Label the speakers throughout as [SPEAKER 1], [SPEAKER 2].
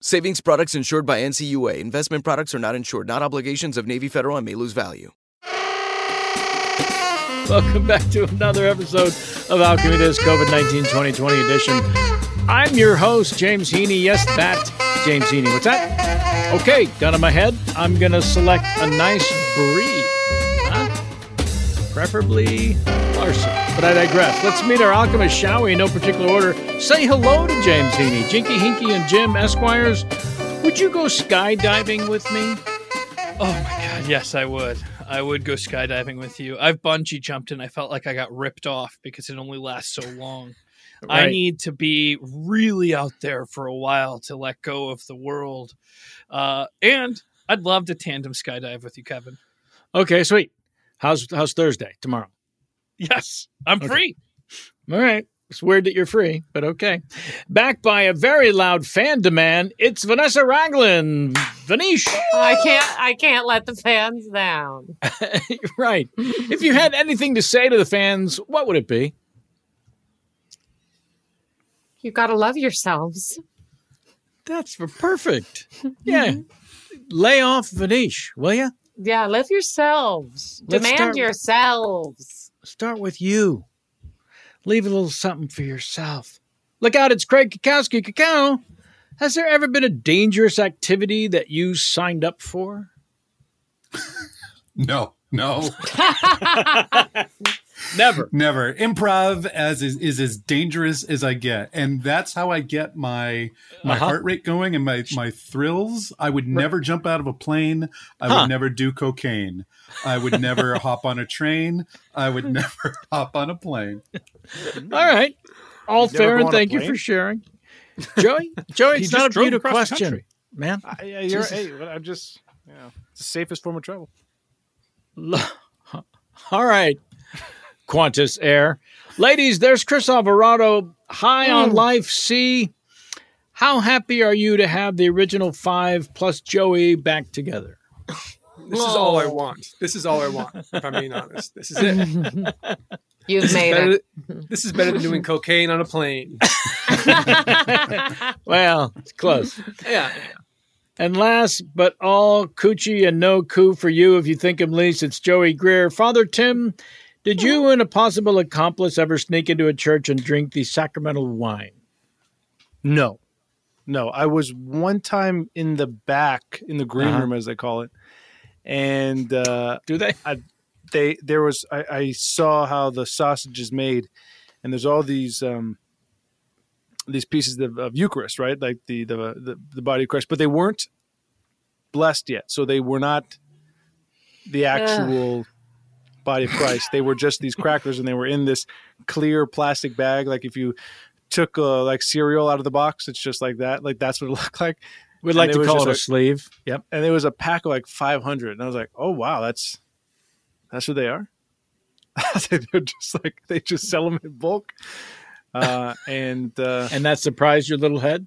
[SPEAKER 1] Savings products insured by NCUA. Investment products are not insured, not obligations of Navy Federal and may lose value.
[SPEAKER 2] Welcome back to another episode of Alchemy This COVID 19 2020 edition. I'm your host, James Heaney. Yes, that James Heaney. What's that? Okay, gun in my head. I'm going to select a nice brie. Huh? Preferably Larson. But I digress. Let's meet our alchemist, shall we? In no particular order. Say hello to James Heaney, Jinky Hinky, and Jim Esquires. Would you go skydiving with me?
[SPEAKER 3] Oh my god, yes, I would. I would go skydiving with you. I've bungee jumped and I felt like I got ripped off because it only lasts so long. I
[SPEAKER 2] Right.
[SPEAKER 3] need to be really out there for a while to let go of the world. Uh, and I'd love to tandem skydive with you, Kevin.
[SPEAKER 2] Okay, sweet. How's how's Thursday tomorrow?
[SPEAKER 3] Yes, I'm free.
[SPEAKER 2] All right. It's weird that you're free, but okay. Backed by a very loud fan demand, it's Vanessa Raglan. Vanish.
[SPEAKER 4] I can't I can't let the fans down.
[SPEAKER 2] right. If you had anything to say to the fans, what would it be?
[SPEAKER 4] You gotta love yourselves.
[SPEAKER 2] That's for perfect. Yeah. Lay off Vanish, will you?
[SPEAKER 4] Yeah, love yourselves.
[SPEAKER 2] Let's
[SPEAKER 4] Demand
[SPEAKER 2] start-
[SPEAKER 4] yourselves.
[SPEAKER 2] Start with you. Leave a little something for yourself. Look out, it's Craig Kakowski. Kakao, has there ever been a dangerous activity that you signed up for?
[SPEAKER 5] No, no,
[SPEAKER 2] Never.
[SPEAKER 5] never. Improv as is, is as dangerous as I get, and that's how I get my my
[SPEAKER 2] Uh-huh.
[SPEAKER 5] heart rate going and my my thrills. I would never jump out of a plane. I
[SPEAKER 2] Huh.
[SPEAKER 5] would never do cocaine. I would never hop on a train. I would never hop on a plane.
[SPEAKER 2] All right. All
[SPEAKER 6] never
[SPEAKER 2] fair
[SPEAKER 6] go
[SPEAKER 2] and
[SPEAKER 6] on a
[SPEAKER 2] thank you
[SPEAKER 6] plane?
[SPEAKER 2] for sharing. Joey, Joey,
[SPEAKER 3] He
[SPEAKER 2] it's
[SPEAKER 3] just
[SPEAKER 2] not a
[SPEAKER 3] drove
[SPEAKER 2] beauty
[SPEAKER 3] across the
[SPEAKER 2] question,
[SPEAKER 3] country.
[SPEAKER 2] man.
[SPEAKER 7] I, yeah, you're,
[SPEAKER 2] Jesus.
[SPEAKER 7] hey, well, I'm just, you know, it's the safest form of travel.
[SPEAKER 2] All right, Qantas Air. Ladies, there's Chris Alvarado, high on life C. How happy are you to have the original five plus Joey back together?
[SPEAKER 8] This is all I want. This is all I want. If I'm being honest, this is it.
[SPEAKER 4] You've made
[SPEAKER 8] Better
[SPEAKER 4] it.
[SPEAKER 8] th- this is better than doing cocaine on a plane.
[SPEAKER 2] Well, it's close.
[SPEAKER 8] Yeah.
[SPEAKER 2] And last, but all coochie and no coo for you, if you think him least, it's Joey Greer. Father Tim, did you and a possible accomplice ever sneak into a church and drink the sacramental wine?
[SPEAKER 7] No, no. I was one time in the back in the green
[SPEAKER 2] Uh-huh.
[SPEAKER 7] room, as they call it, and uh,
[SPEAKER 2] Do they?
[SPEAKER 7] they there was I, I saw how the sausage is made, and there's all these um, these pieces of, of Eucharist, right? Like the, the the the body of Christ, but they weren't blessed yet, so they were not the actual body of Christ. They were just these crackers, and they were in this clear plastic bag. Like if you took uh, like cereal out of the box, it's just like that. Like that's what it looked like.
[SPEAKER 2] We'd
[SPEAKER 7] And
[SPEAKER 2] like
[SPEAKER 7] it
[SPEAKER 2] to
[SPEAKER 7] was
[SPEAKER 2] call
[SPEAKER 7] just
[SPEAKER 2] it a
[SPEAKER 7] a-
[SPEAKER 2] sleeve.
[SPEAKER 7] Yep. And there was a pack of like 500, and I was like, oh wow, that's that's what they are. They're just like they just sell them in bulk. Uh, and uh,
[SPEAKER 2] And that surprised your little head?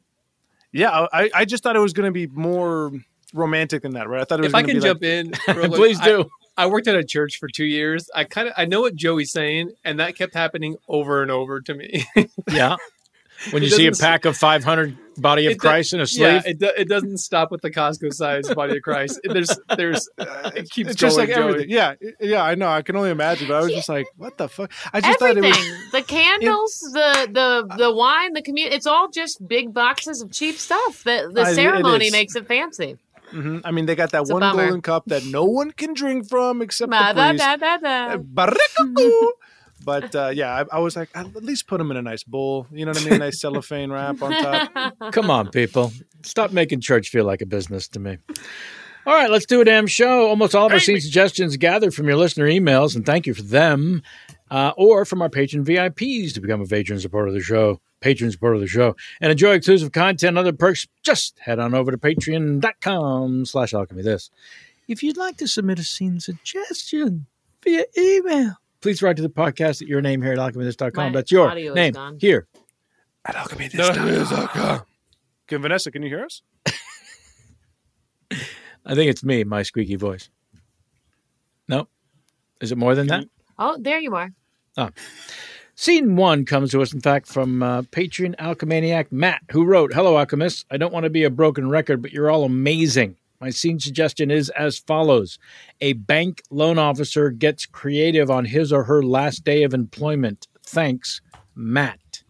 [SPEAKER 7] yeah, I, I just thought it was going to be more romantic than that, right? I thought it was.
[SPEAKER 8] If I
[SPEAKER 7] gonna
[SPEAKER 8] can
[SPEAKER 7] be
[SPEAKER 8] jump
[SPEAKER 7] like,
[SPEAKER 8] in, real quick,
[SPEAKER 2] Please
[SPEAKER 8] I-
[SPEAKER 2] do.
[SPEAKER 8] I worked at a church for two years. I kind of I know what Joey's saying, and that kept happening over and over to me.
[SPEAKER 2] Yeah. When
[SPEAKER 8] It
[SPEAKER 2] you see a
[SPEAKER 8] doesn't s-
[SPEAKER 2] pack of 500 body of
[SPEAKER 8] It do-
[SPEAKER 2] Christ in a sleeve,
[SPEAKER 8] Yeah, it, do, it doesn't stop with the Costco size body of Christ. There's there's uh, it keeps
[SPEAKER 7] it's just
[SPEAKER 8] going,
[SPEAKER 7] like
[SPEAKER 8] Joey.
[SPEAKER 7] everything. Yeah, it- yeah, I know. I can only imagine, but I was just like, what the fuck? I just
[SPEAKER 4] Everything.
[SPEAKER 7] thought it was.
[SPEAKER 4] the candles, the the the wine, the community. It's all just big boxes of cheap stuff. The the
[SPEAKER 7] I- it
[SPEAKER 4] ceremony
[SPEAKER 7] is.
[SPEAKER 4] makes it fancy.
[SPEAKER 7] Mhm. I mean, they got that
[SPEAKER 4] It's a
[SPEAKER 7] one
[SPEAKER 4] bummer.
[SPEAKER 7] golden cup that no one can drink from except
[SPEAKER 4] Ma-
[SPEAKER 7] the
[SPEAKER 4] da-
[SPEAKER 7] priest. Uh,
[SPEAKER 4] da- da- da.
[SPEAKER 7] Barakaku. But uh, yeah, I, I was like, at least put them in a nice bowl. You know what I mean? Nice cellophane wrap on top.
[SPEAKER 2] Come on, people. Stop making church feel like a business to me. All right, let's do a damn show. Almost all of our seed suggestions gathered from your listener emails, and thank you for them, uh, or from our patron VIPs to become a patron supporter of the show. Patron supporter of the show and enjoy exclusive content and other perks. Just head on over to patreon.com slash alchemy this. If you'd like to submit a scene suggestion via email, please write to the podcast at your name here at
[SPEAKER 4] My
[SPEAKER 2] alchemythis.com. That's your
[SPEAKER 4] audio is
[SPEAKER 2] name
[SPEAKER 4] gone.
[SPEAKER 2] here.
[SPEAKER 7] Can Vanessa, can you hear us?
[SPEAKER 2] I think it's me, my squeaky voice. No? Is it more than that? Ah.
[SPEAKER 4] Oh, there you are.
[SPEAKER 2] Scene one comes to us, in fact, from uh, Patreon Alchemaniac Matt, who wrote Hello, Alchemists. I don't want to be a broken record, but you're all amazing. My scene suggestion is as follows A bank loan officer gets creative on his or her last day of employment. Thanks, Matt.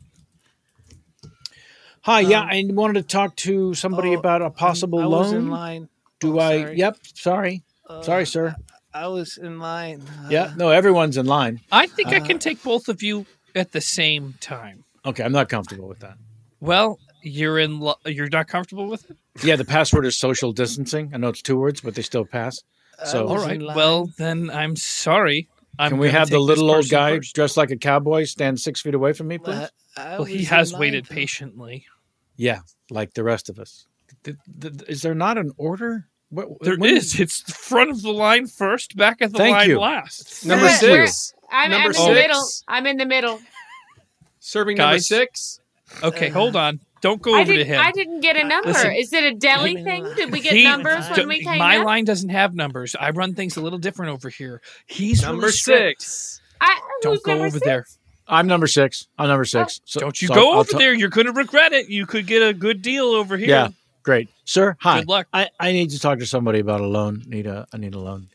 [SPEAKER 2] Hi, yeah, I wanted to talk to somebody
[SPEAKER 7] Um, oh,
[SPEAKER 2] about a possible
[SPEAKER 7] I was
[SPEAKER 2] loan.
[SPEAKER 7] in line.
[SPEAKER 2] Do
[SPEAKER 7] Oh,
[SPEAKER 2] I?
[SPEAKER 7] sorry.
[SPEAKER 2] Yep, sorry. sorry, sir.
[SPEAKER 7] I was in line. Uh,
[SPEAKER 2] yeah, no, everyone's in line.
[SPEAKER 3] I think I can take both of you at the same time.
[SPEAKER 2] Okay, I'm not comfortable with that.
[SPEAKER 3] Well, you're in. Lo- you're not comfortable with it.
[SPEAKER 2] Yeah, the password is social distancing. I know it's two words, but they still pass.
[SPEAKER 7] Uh,
[SPEAKER 2] So
[SPEAKER 3] All right. Well, then I'm sorry. I'm
[SPEAKER 2] can we
[SPEAKER 3] gonna
[SPEAKER 2] have the
[SPEAKER 3] take this
[SPEAKER 2] little old
[SPEAKER 3] person
[SPEAKER 2] guy
[SPEAKER 3] first.
[SPEAKER 2] dressed like a cowboy stand six feet away from me, please?
[SPEAKER 3] Well, he has waited patiently.
[SPEAKER 2] yeah, like the rest of us. Th- th- th- is there not an order? What,
[SPEAKER 3] There is. It's the front of the line first, back at the
[SPEAKER 2] Thank
[SPEAKER 3] line
[SPEAKER 2] you.
[SPEAKER 3] last.
[SPEAKER 8] Number
[SPEAKER 4] Where- where-
[SPEAKER 8] six.
[SPEAKER 4] I'm, I'm
[SPEAKER 8] Number
[SPEAKER 4] in the middle.
[SPEAKER 8] six.
[SPEAKER 4] I'm in the middle.
[SPEAKER 8] Serving number
[SPEAKER 3] Guys.
[SPEAKER 8] six.
[SPEAKER 3] Okay, hold on. Don't go
[SPEAKER 4] I
[SPEAKER 3] over to
[SPEAKER 4] didn't.
[SPEAKER 3] him.
[SPEAKER 4] I didn't get a number.
[SPEAKER 3] Listen.
[SPEAKER 4] Is it a deli thing? Did we get
[SPEAKER 3] He-
[SPEAKER 4] numbers
[SPEAKER 3] d-
[SPEAKER 4] when we came
[SPEAKER 3] my
[SPEAKER 4] up?
[SPEAKER 3] line doesn't have numbers. I run things a little different over here. He's
[SPEAKER 8] Number
[SPEAKER 3] really strict.
[SPEAKER 8] six.
[SPEAKER 4] I,
[SPEAKER 3] Don't
[SPEAKER 4] who's
[SPEAKER 3] go
[SPEAKER 4] number
[SPEAKER 3] over
[SPEAKER 4] six? Oh.
[SPEAKER 3] there.
[SPEAKER 2] I'm number six. I'm number six. So,
[SPEAKER 3] Don't you
[SPEAKER 2] so
[SPEAKER 3] go
[SPEAKER 2] I'll
[SPEAKER 3] over
[SPEAKER 2] t-
[SPEAKER 3] there. You're going to regret it. You could get a good deal over here.
[SPEAKER 2] Yeah, great, sir. Hi.
[SPEAKER 3] Good luck.
[SPEAKER 2] I, I need to talk to somebody about a loan. Need a I need a loan.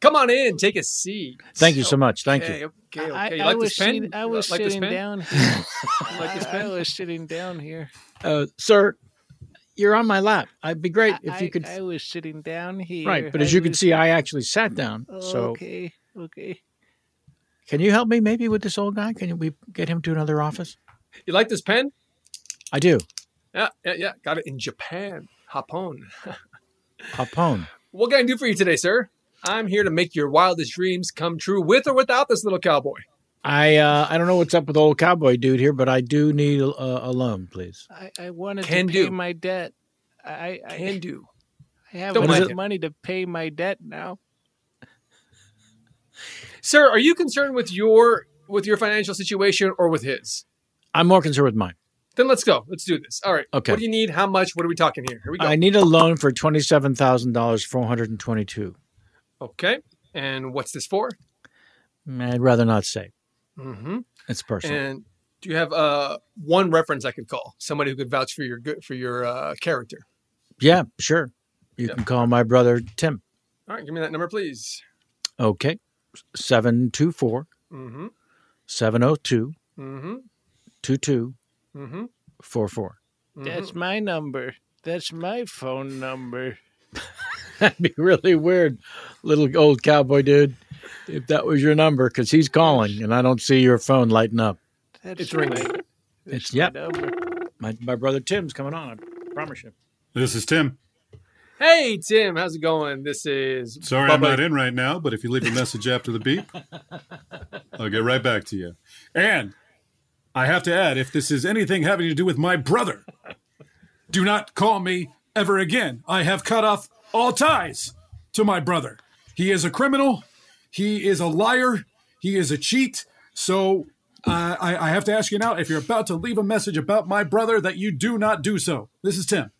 [SPEAKER 8] Come on in, take a seat.
[SPEAKER 2] Thank you so much. Thank
[SPEAKER 8] Okay,
[SPEAKER 2] you.
[SPEAKER 8] okay, okay. You like this pen? You like this pen?
[SPEAKER 7] down here.
[SPEAKER 8] You like this pen?
[SPEAKER 7] was sitting down here.
[SPEAKER 2] Uh, sir, you're on my lap. I'd be great if you could.
[SPEAKER 7] was sitting down here.
[SPEAKER 2] Right, but as you can see, I actually sat down. So
[SPEAKER 7] okay, okay.
[SPEAKER 2] Can you help me maybe with this old guy? Can we get him to another office?
[SPEAKER 8] You like this pen?
[SPEAKER 2] I do.
[SPEAKER 8] Yeah, yeah, yeah. Got it in Japan. Hop on.
[SPEAKER 2] Capone.
[SPEAKER 8] What can I do for you today, sir? I'm here to make your wildest dreams come true with or without this little cowboy.
[SPEAKER 2] I uh, I don't know what's up with old cowboy dude here, but I do need a, a loan, please.
[SPEAKER 7] I, I wanted
[SPEAKER 2] Can
[SPEAKER 7] to pay
[SPEAKER 2] do.
[SPEAKER 7] my debt. I, I
[SPEAKER 2] Can
[SPEAKER 7] do. I have
[SPEAKER 2] Don't
[SPEAKER 7] enough
[SPEAKER 2] like it.
[SPEAKER 7] money to pay my debt now.
[SPEAKER 8] Sir, are you concerned with your with your financial situation or with his?
[SPEAKER 2] I'm more concerned with mine.
[SPEAKER 8] Then let's go. Let's do this. All right.
[SPEAKER 2] Okay.
[SPEAKER 8] What do you need? How much? What are we talking here? Here we go.
[SPEAKER 2] I need a loan for twenty seven thousand dollars, four hundred and twenty two.
[SPEAKER 8] Okay. And what's this for?
[SPEAKER 2] I'd rather not say.
[SPEAKER 8] Mm-hmm.
[SPEAKER 2] It's personal.
[SPEAKER 8] And do you have uh, one reference I could call? Somebody who could vouch for your good for your uh, character.
[SPEAKER 2] yeah, sure. You
[SPEAKER 8] Yeah.
[SPEAKER 2] can call my brother Tim.
[SPEAKER 8] All right, give me that number, please.
[SPEAKER 2] Okay, seven two four
[SPEAKER 8] Mm-hmm.
[SPEAKER 2] seven zero two
[SPEAKER 8] Mm-hmm.
[SPEAKER 2] two two
[SPEAKER 8] Mm-hmm.
[SPEAKER 2] four four.
[SPEAKER 7] That's
[SPEAKER 2] mm-hmm.
[SPEAKER 7] my number. That's my phone number.
[SPEAKER 2] That'd be really weird, little old cowboy dude, if that was your number, because he's calling and I don't see your phone lighting up.
[SPEAKER 7] That's
[SPEAKER 8] it's ringing.
[SPEAKER 2] It's yep.
[SPEAKER 3] Oh,
[SPEAKER 2] My my brother Tim's coming on. I promise you.
[SPEAKER 5] This is Tim.
[SPEAKER 8] Hey Tim, how's it going? This is
[SPEAKER 5] Sorry I'm
[SPEAKER 8] Bubba.
[SPEAKER 5] not in right now, but if you leave a message after the beep, I'll get right back to you. And I have to add, if this is anything having to do with my brother, do not call me ever again. I have cut off all ties to my brother. He is a criminal. He is a liar. He is a cheat. So uh, I, I have to ask you now if you're about to leave a message about my brother, that you do not do so. This is Tim.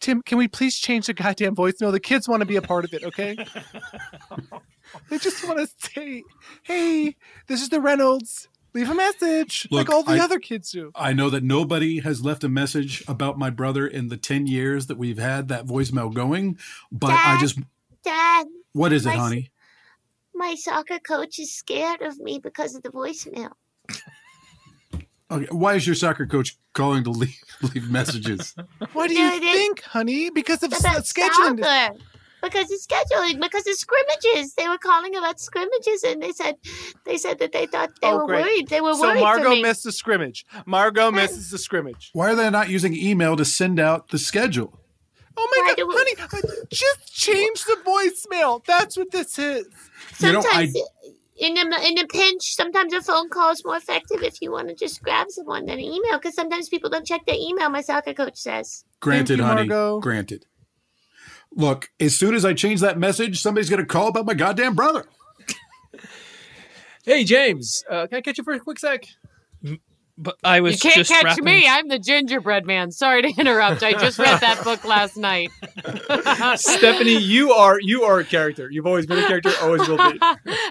[SPEAKER 7] Tim, can we please change the goddamn voicemail? The kids want to be a part of it, okay? they just want to say, hey, this is the Reynolds. Leave a message
[SPEAKER 5] Look,
[SPEAKER 7] like all the
[SPEAKER 5] I-
[SPEAKER 7] other kids do.
[SPEAKER 5] I know that nobody has left a message about my brother in the 10 years that we've had that voicemail going, but I just,
[SPEAKER 9] Dad,
[SPEAKER 5] what is it,
[SPEAKER 9] my s-
[SPEAKER 5] honey?
[SPEAKER 9] my soccer coach is scared of me because of the voicemail.
[SPEAKER 5] Okay, why is your soccer coach calling to leave, leave messages?
[SPEAKER 7] What do you think, honey? Because of s-
[SPEAKER 9] About
[SPEAKER 7] scheduling. dis-
[SPEAKER 9] soccer. Because of scheduling, because of scrimmages. They were calling about scrimmages and they said they said that they thought they
[SPEAKER 7] Oh,
[SPEAKER 9] were
[SPEAKER 7] great.
[SPEAKER 9] worried. They were
[SPEAKER 7] so
[SPEAKER 9] worried
[SPEAKER 7] Margot
[SPEAKER 9] for me.
[SPEAKER 7] missed the scrimmage. Margot misses the scrimmage.
[SPEAKER 5] Why are they not using email to send out the schedule?
[SPEAKER 7] Oh my god, honey, just change the voicemail. That's what this is.
[SPEAKER 5] You know, I-
[SPEAKER 9] sometimes in a in a pinch, sometimes a phone call is more effective if you want to just grab someone than an email. Because sometimes people don't check their email. My soccer coach says.
[SPEAKER 5] Granted,
[SPEAKER 9] you,
[SPEAKER 5] honey.
[SPEAKER 9] Margot.
[SPEAKER 5] Granted. Look, as soon as I change that message, somebody's going to call about my goddamn brother.
[SPEAKER 8] Hey James, uh, can I catch you for a quick sec?
[SPEAKER 3] But I was
[SPEAKER 4] You can't
[SPEAKER 3] just
[SPEAKER 4] catch
[SPEAKER 3] wrapping-
[SPEAKER 4] me. I'm the gingerbread man. Sorry to interrupt. I just read that book last night.
[SPEAKER 8] Stephanie, you are you are a character. You've always been a character, always will be.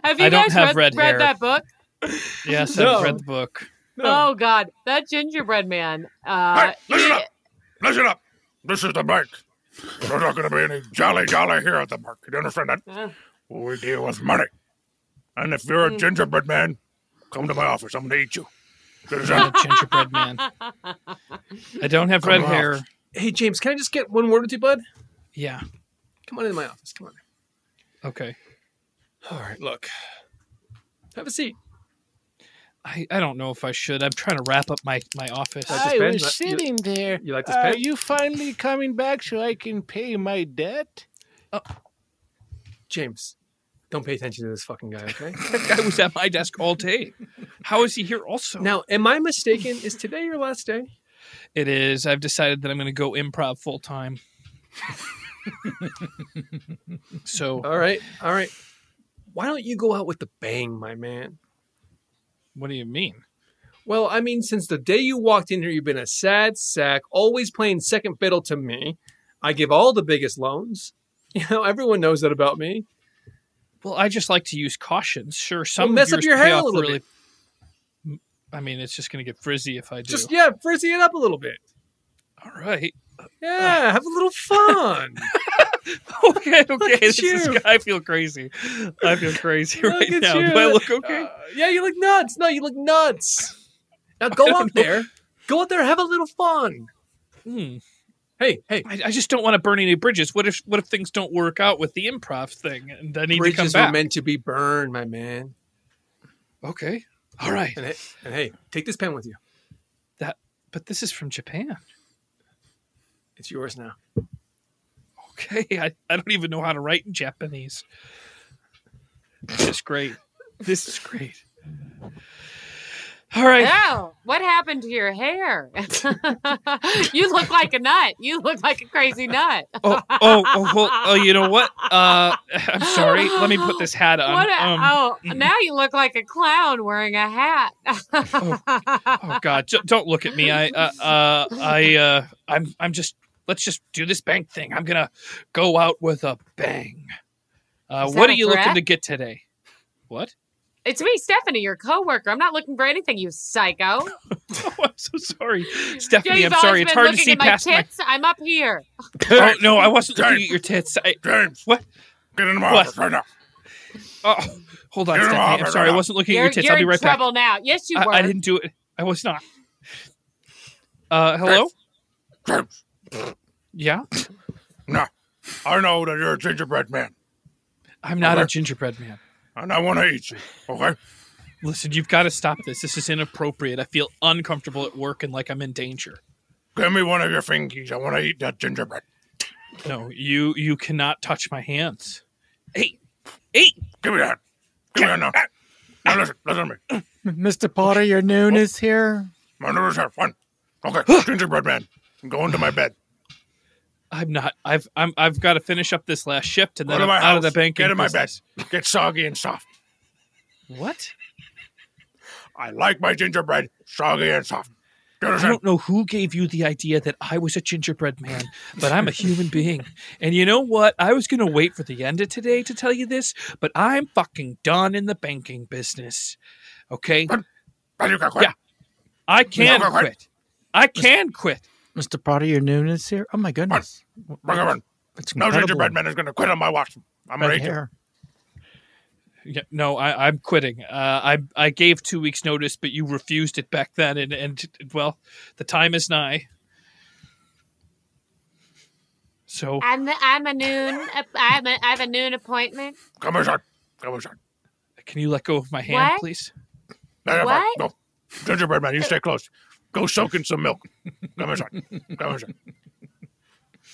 [SPEAKER 4] Have you
[SPEAKER 8] I don't
[SPEAKER 4] guys
[SPEAKER 8] have
[SPEAKER 4] read,
[SPEAKER 8] red
[SPEAKER 4] read
[SPEAKER 8] hair.
[SPEAKER 4] that book?
[SPEAKER 3] Yes,
[SPEAKER 8] No.
[SPEAKER 3] I've read the book.
[SPEAKER 4] Oh God, that gingerbread man. Uh, he-
[SPEAKER 10] Listen up. This is the bank. There's not going to be any jolly jolly here at the bank. You understand that? We deal with money. And if you're a
[SPEAKER 4] Mm.
[SPEAKER 10] gingerbread man, come to my office. I'm going to eat you. You
[SPEAKER 3] I'm
[SPEAKER 10] understand?
[SPEAKER 3] a gingerbread man. I don't have
[SPEAKER 10] Come
[SPEAKER 3] red
[SPEAKER 10] on.
[SPEAKER 3] hair.
[SPEAKER 8] Hey James, can I just get one word with you, bud?
[SPEAKER 3] Yeah.
[SPEAKER 8] Come on into my office. Come on.
[SPEAKER 3] Okay.
[SPEAKER 8] All right, look. Have a seat.
[SPEAKER 3] I, I don't know if I should. I'm trying to wrap up my, my office.
[SPEAKER 7] I was sitting there.
[SPEAKER 3] you like this
[SPEAKER 7] Are
[SPEAKER 4] Uh,
[SPEAKER 3] pen?
[SPEAKER 7] you finally coming back so I can pay my debt?
[SPEAKER 3] Oh.
[SPEAKER 8] James, don't pay attention to this fucking guy, okay?
[SPEAKER 3] that guy was at my desk all day. How is he here also?
[SPEAKER 8] Now, am I mistaken? Is today your last day?
[SPEAKER 3] It is. I've decided that I'm going to go improv full time. so,
[SPEAKER 8] all right, all right. Why don't you go out with the bang, my man?
[SPEAKER 3] What do you mean?
[SPEAKER 8] Well, I mean, since the day you walked in here, you've been a sad sack, always playing second fiddle to me. I give all the biggest loans. You know, everyone knows that about me.
[SPEAKER 3] Well, I just like to use caution. Sure, some
[SPEAKER 8] Well, mess up
[SPEAKER 3] years
[SPEAKER 8] your
[SPEAKER 3] pay
[SPEAKER 8] hair a
[SPEAKER 3] off
[SPEAKER 8] little
[SPEAKER 3] really. I mean, it's just going to get frizzy if I do.
[SPEAKER 8] Just yeah, frizzy it up a little bit.
[SPEAKER 3] All right. Uh,
[SPEAKER 8] Yeah, have a little fun.
[SPEAKER 3] okay, okay.
[SPEAKER 8] Look at
[SPEAKER 3] This is,
[SPEAKER 8] you.
[SPEAKER 3] I feel crazy. I feel crazy
[SPEAKER 8] Look
[SPEAKER 3] right
[SPEAKER 8] at
[SPEAKER 3] now.
[SPEAKER 8] you.
[SPEAKER 3] Do I look okay?
[SPEAKER 8] Uh, yeah, you look nuts. No, you look nuts. Now go
[SPEAKER 3] don't
[SPEAKER 8] out
[SPEAKER 3] know.
[SPEAKER 8] there. Go out there, have a little fun.
[SPEAKER 3] Hmm.
[SPEAKER 8] Hey, hey.
[SPEAKER 3] I, I just don't want to burn any bridges. What if what if things don't work out with the improv thing and I need
[SPEAKER 8] Bridges
[SPEAKER 3] to come
[SPEAKER 8] were
[SPEAKER 3] back?
[SPEAKER 8] meant to be burned, my man.
[SPEAKER 3] Okay. All right.
[SPEAKER 8] And hey, and hey, take this pen with you.
[SPEAKER 3] That but this is from Japan.
[SPEAKER 8] It's yours now.
[SPEAKER 3] Okay. I, I don't even know how to write in Japanese. This is great. This is great. All right.
[SPEAKER 4] Oh, what happened to your hair? you look like a nut. You look like a crazy nut.
[SPEAKER 3] Oh, oh, oh, well, oh you know what? Uh, I'm sorry. Let me put this hat on.
[SPEAKER 4] what a,
[SPEAKER 3] Um,
[SPEAKER 4] oh, now you look like a clown wearing a hat.
[SPEAKER 3] oh God, j- don't look at me. I, uh, uh, I, uh, I'm, I'm just. Let's just do this bank thing. I'm gonna go out with a bang. Uh,
[SPEAKER 4] Is
[SPEAKER 3] what
[SPEAKER 4] that
[SPEAKER 3] are
[SPEAKER 4] a
[SPEAKER 3] you looking
[SPEAKER 4] threat?
[SPEAKER 3] to get today? What?
[SPEAKER 4] It's me, Stephanie, your coworker. I'm not looking for anything, you psycho.
[SPEAKER 3] Oh, I'm so sorry, Stephanie.
[SPEAKER 4] Jay's
[SPEAKER 3] I'm sorry.
[SPEAKER 4] always
[SPEAKER 3] It's
[SPEAKER 4] been
[SPEAKER 3] hard to
[SPEAKER 4] looking
[SPEAKER 3] see
[SPEAKER 4] at my
[SPEAKER 3] past my.
[SPEAKER 4] tits. I'm up here.
[SPEAKER 3] Oh no, I wasn't looking at your tits. I, James, what?
[SPEAKER 10] Get in my
[SPEAKER 3] What?
[SPEAKER 10] office right now.
[SPEAKER 3] Oh, hold on,
[SPEAKER 10] Get in my
[SPEAKER 3] Stephanie. I'm
[SPEAKER 10] office
[SPEAKER 3] sorry.
[SPEAKER 10] right
[SPEAKER 3] I
[SPEAKER 10] now.
[SPEAKER 3] wasn't looking at
[SPEAKER 4] you're
[SPEAKER 3] your tits.
[SPEAKER 4] you're
[SPEAKER 3] I'll be right
[SPEAKER 4] in trouble
[SPEAKER 3] back.
[SPEAKER 4] now. Yes, you
[SPEAKER 3] I-
[SPEAKER 4] were.
[SPEAKER 3] I, didn't do it. I was not. Uh, hello. Yeah,
[SPEAKER 10] No, I know that you're a gingerbread man,
[SPEAKER 3] I'm not a
[SPEAKER 10] Okay.
[SPEAKER 3] gingerbread man.
[SPEAKER 10] and I want to eat you. Okay?
[SPEAKER 3] Listen, you've got to stop this. This is inappropriate. I feel uncomfortable at work and like I'm in danger.
[SPEAKER 10] Give me one of your fingies. I want to eat that gingerbread.
[SPEAKER 3] No, you you cannot touch my hands. Hey, hey,
[SPEAKER 10] give me that. Give me that now.
[SPEAKER 3] Ah.
[SPEAKER 10] Now listen, listen to me.
[SPEAKER 2] Mr. Potter, your noon is here.
[SPEAKER 10] My nose have fun. Okay, gingerbread man, go into my bed.
[SPEAKER 3] I'm not. I've I'm, I've got to finish up this last shift and
[SPEAKER 10] Go
[SPEAKER 3] then
[SPEAKER 10] to
[SPEAKER 3] I'm
[SPEAKER 10] my
[SPEAKER 3] out of the
[SPEAKER 10] house.
[SPEAKER 3] bank.
[SPEAKER 10] Get in my bed. Get soggy and soft.
[SPEAKER 3] What?
[SPEAKER 10] I like my gingerbread soggy and soft.
[SPEAKER 3] I don't know who gave you the idea that I was a gingerbread man, but I'm a human being. And you know what? I was going to wait for the end of today to tell you this, but I'm fucking done in the banking business. Okay? Yeah. I can
[SPEAKER 2] can quit.
[SPEAKER 3] quit. I can quit.
[SPEAKER 2] Mr. Potter, your noon is here. Oh my goodness.
[SPEAKER 10] Bring her in.
[SPEAKER 2] It's
[SPEAKER 10] No
[SPEAKER 2] incredible.
[SPEAKER 10] gingerbread man is going to quit on my watch. I'm going to
[SPEAKER 2] Red
[SPEAKER 10] eat you.
[SPEAKER 2] hair.
[SPEAKER 3] Yeah, no, I, I'm quitting. Uh, I I gave two weeks notice, but you refused it back then, and and well, the time is nigh. So
[SPEAKER 4] I'm the, I'm a noon. I'm a, I have a noon appointment.
[SPEAKER 10] Come here, son. Come here, son.
[SPEAKER 3] can you let go of my hand,
[SPEAKER 4] What?
[SPEAKER 3] please?
[SPEAKER 10] No, no,
[SPEAKER 4] What?
[SPEAKER 10] No. Gingerbread man, you stay close. Go soak in some milk. Come here, son. Come here, son.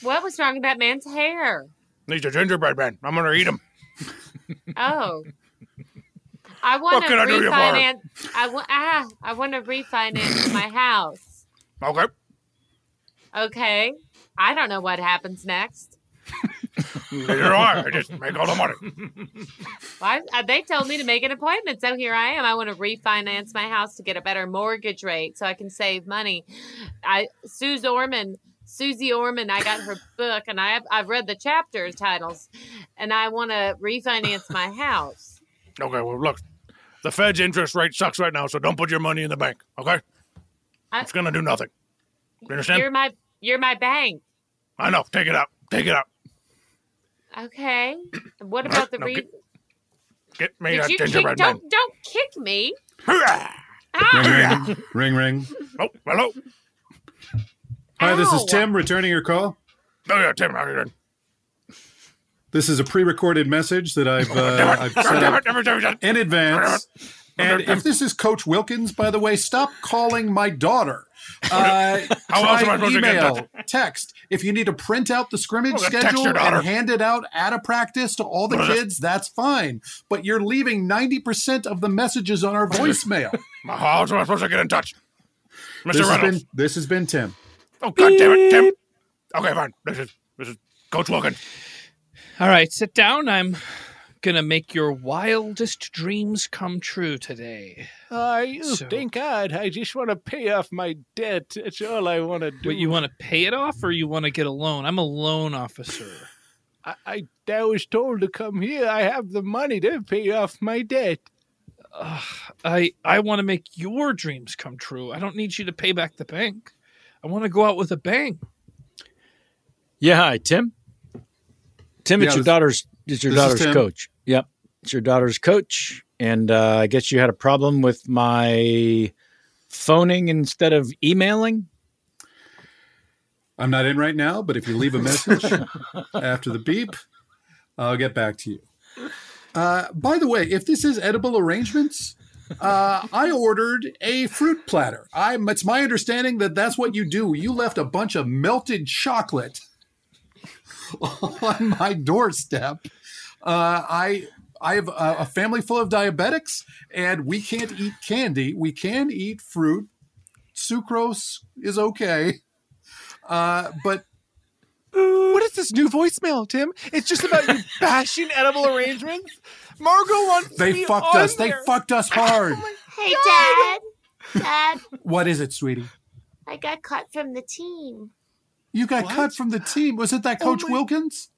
[SPEAKER 4] What was wrong with that man's hair?
[SPEAKER 10] He's a gingerbread man. I'm going to eat him.
[SPEAKER 4] Oh. I want to
[SPEAKER 10] can I do you for?
[SPEAKER 4] refinance. I want. Ah, I want to refinance my house.
[SPEAKER 10] Okay.
[SPEAKER 4] Okay. I don't know what happens next.
[SPEAKER 10] Neither do I. I just make all the money.
[SPEAKER 4] Why? uh, They told me to make an appointment, so here I am. I want to refinance my house to get a better mortgage rate, so I can save money. I Suze Orman, Susie Orman. I got her book, and I have, I've read the chapter titles, and I want to refinance my house.
[SPEAKER 10] Okay, well, look. The Fed's interest rate sucks right now, so don't put your money in the bank, okay?
[SPEAKER 4] I,
[SPEAKER 10] It's going to do nothing. You understand?
[SPEAKER 4] You're my you're my bank.
[SPEAKER 10] I know. Take it out. Take it out.
[SPEAKER 4] Okay. What about the
[SPEAKER 10] No,
[SPEAKER 4] re?
[SPEAKER 10] get- Get me
[SPEAKER 4] Did
[SPEAKER 10] that
[SPEAKER 4] you kick-
[SPEAKER 10] gingerbread man.
[SPEAKER 4] Don't don't kick me.
[SPEAKER 5] Ring, ring, ring, ring.
[SPEAKER 10] Oh, hello.
[SPEAKER 5] Hi, this is
[SPEAKER 4] Ow.
[SPEAKER 5] Tim returning your call.
[SPEAKER 10] Oh, yeah, Tim. How you doing?
[SPEAKER 5] This is a pre-recorded message that I've, uh, I've set up in advance. And if this is Coach Wilkins, by the way, stop calling my daughter. Uh,
[SPEAKER 10] How else am I
[SPEAKER 5] try
[SPEAKER 10] supposed to get
[SPEAKER 5] email, text. If you need to print out the scrimmage
[SPEAKER 10] Well, then text
[SPEAKER 5] schedule
[SPEAKER 10] your daughter.
[SPEAKER 5] and hand it out at a practice to all the
[SPEAKER 10] Well, then-
[SPEAKER 5] kids, that's fine. But you're leaving 90% of the messages on our voicemail.
[SPEAKER 10] How else am I supposed to get in touch? Mr.
[SPEAKER 5] This has,
[SPEAKER 10] Reynolds.
[SPEAKER 5] been, this has been Tim.
[SPEAKER 10] Oh, God damn it, Tim. Okay, fine. This is, this is Coach Wilkins.
[SPEAKER 3] All right, sit down. I'm gonna make your wildest dreams come true today.
[SPEAKER 7] I you
[SPEAKER 3] So-
[SPEAKER 7] stink-eyed. I just want to pay off my debt. That's all I want to do.
[SPEAKER 3] Wait, you want to pay it off or you want to get a loan? I'm a loan officer.
[SPEAKER 7] I, I, I was told to come here. I have the money to pay off my debt.
[SPEAKER 3] I I want to make your dreams come true. I don't need you to pay back the bank. I want to go out with a bang.
[SPEAKER 11] Yeah, hi, Tim. Tim,
[SPEAKER 3] Yeah,
[SPEAKER 11] it's your
[SPEAKER 3] this-
[SPEAKER 11] daughter's. It's your
[SPEAKER 3] this is
[SPEAKER 11] daughter's
[SPEAKER 3] Tim.
[SPEAKER 11] coach. Yep, it's your daughter's coach, and uh, I guess you had a problem with my phoning instead of emailing.
[SPEAKER 5] I'm not in right now, but if you leave a message after the beep, I'll get back to you. Uh, by the way, if this is edible arrangements, uh, I ordered a fruit platter. I, it's my understanding that that's what you do. You left a bunch of melted chocolate on my doorstep. Uh, I I have a, a family full of diabetics, and we can't eat candy. We can eat fruit. Sucrose is okay, uh, but
[SPEAKER 9] What is this new voicemail, Tim? It's just about you bashing edible arrangements. Margot wants to
[SPEAKER 5] they
[SPEAKER 9] be
[SPEAKER 5] fucked
[SPEAKER 9] on
[SPEAKER 5] us. They
[SPEAKER 9] there.
[SPEAKER 5] fucked
[SPEAKER 4] Oh
[SPEAKER 5] us hard.
[SPEAKER 4] Hey, Dad. Dad,
[SPEAKER 5] what is it, sweetie?
[SPEAKER 4] I got cut from the team.
[SPEAKER 5] You got cut from the team. Was it
[SPEAKER 4] Oh
[SPEAKER 5] that Coach Wilkins?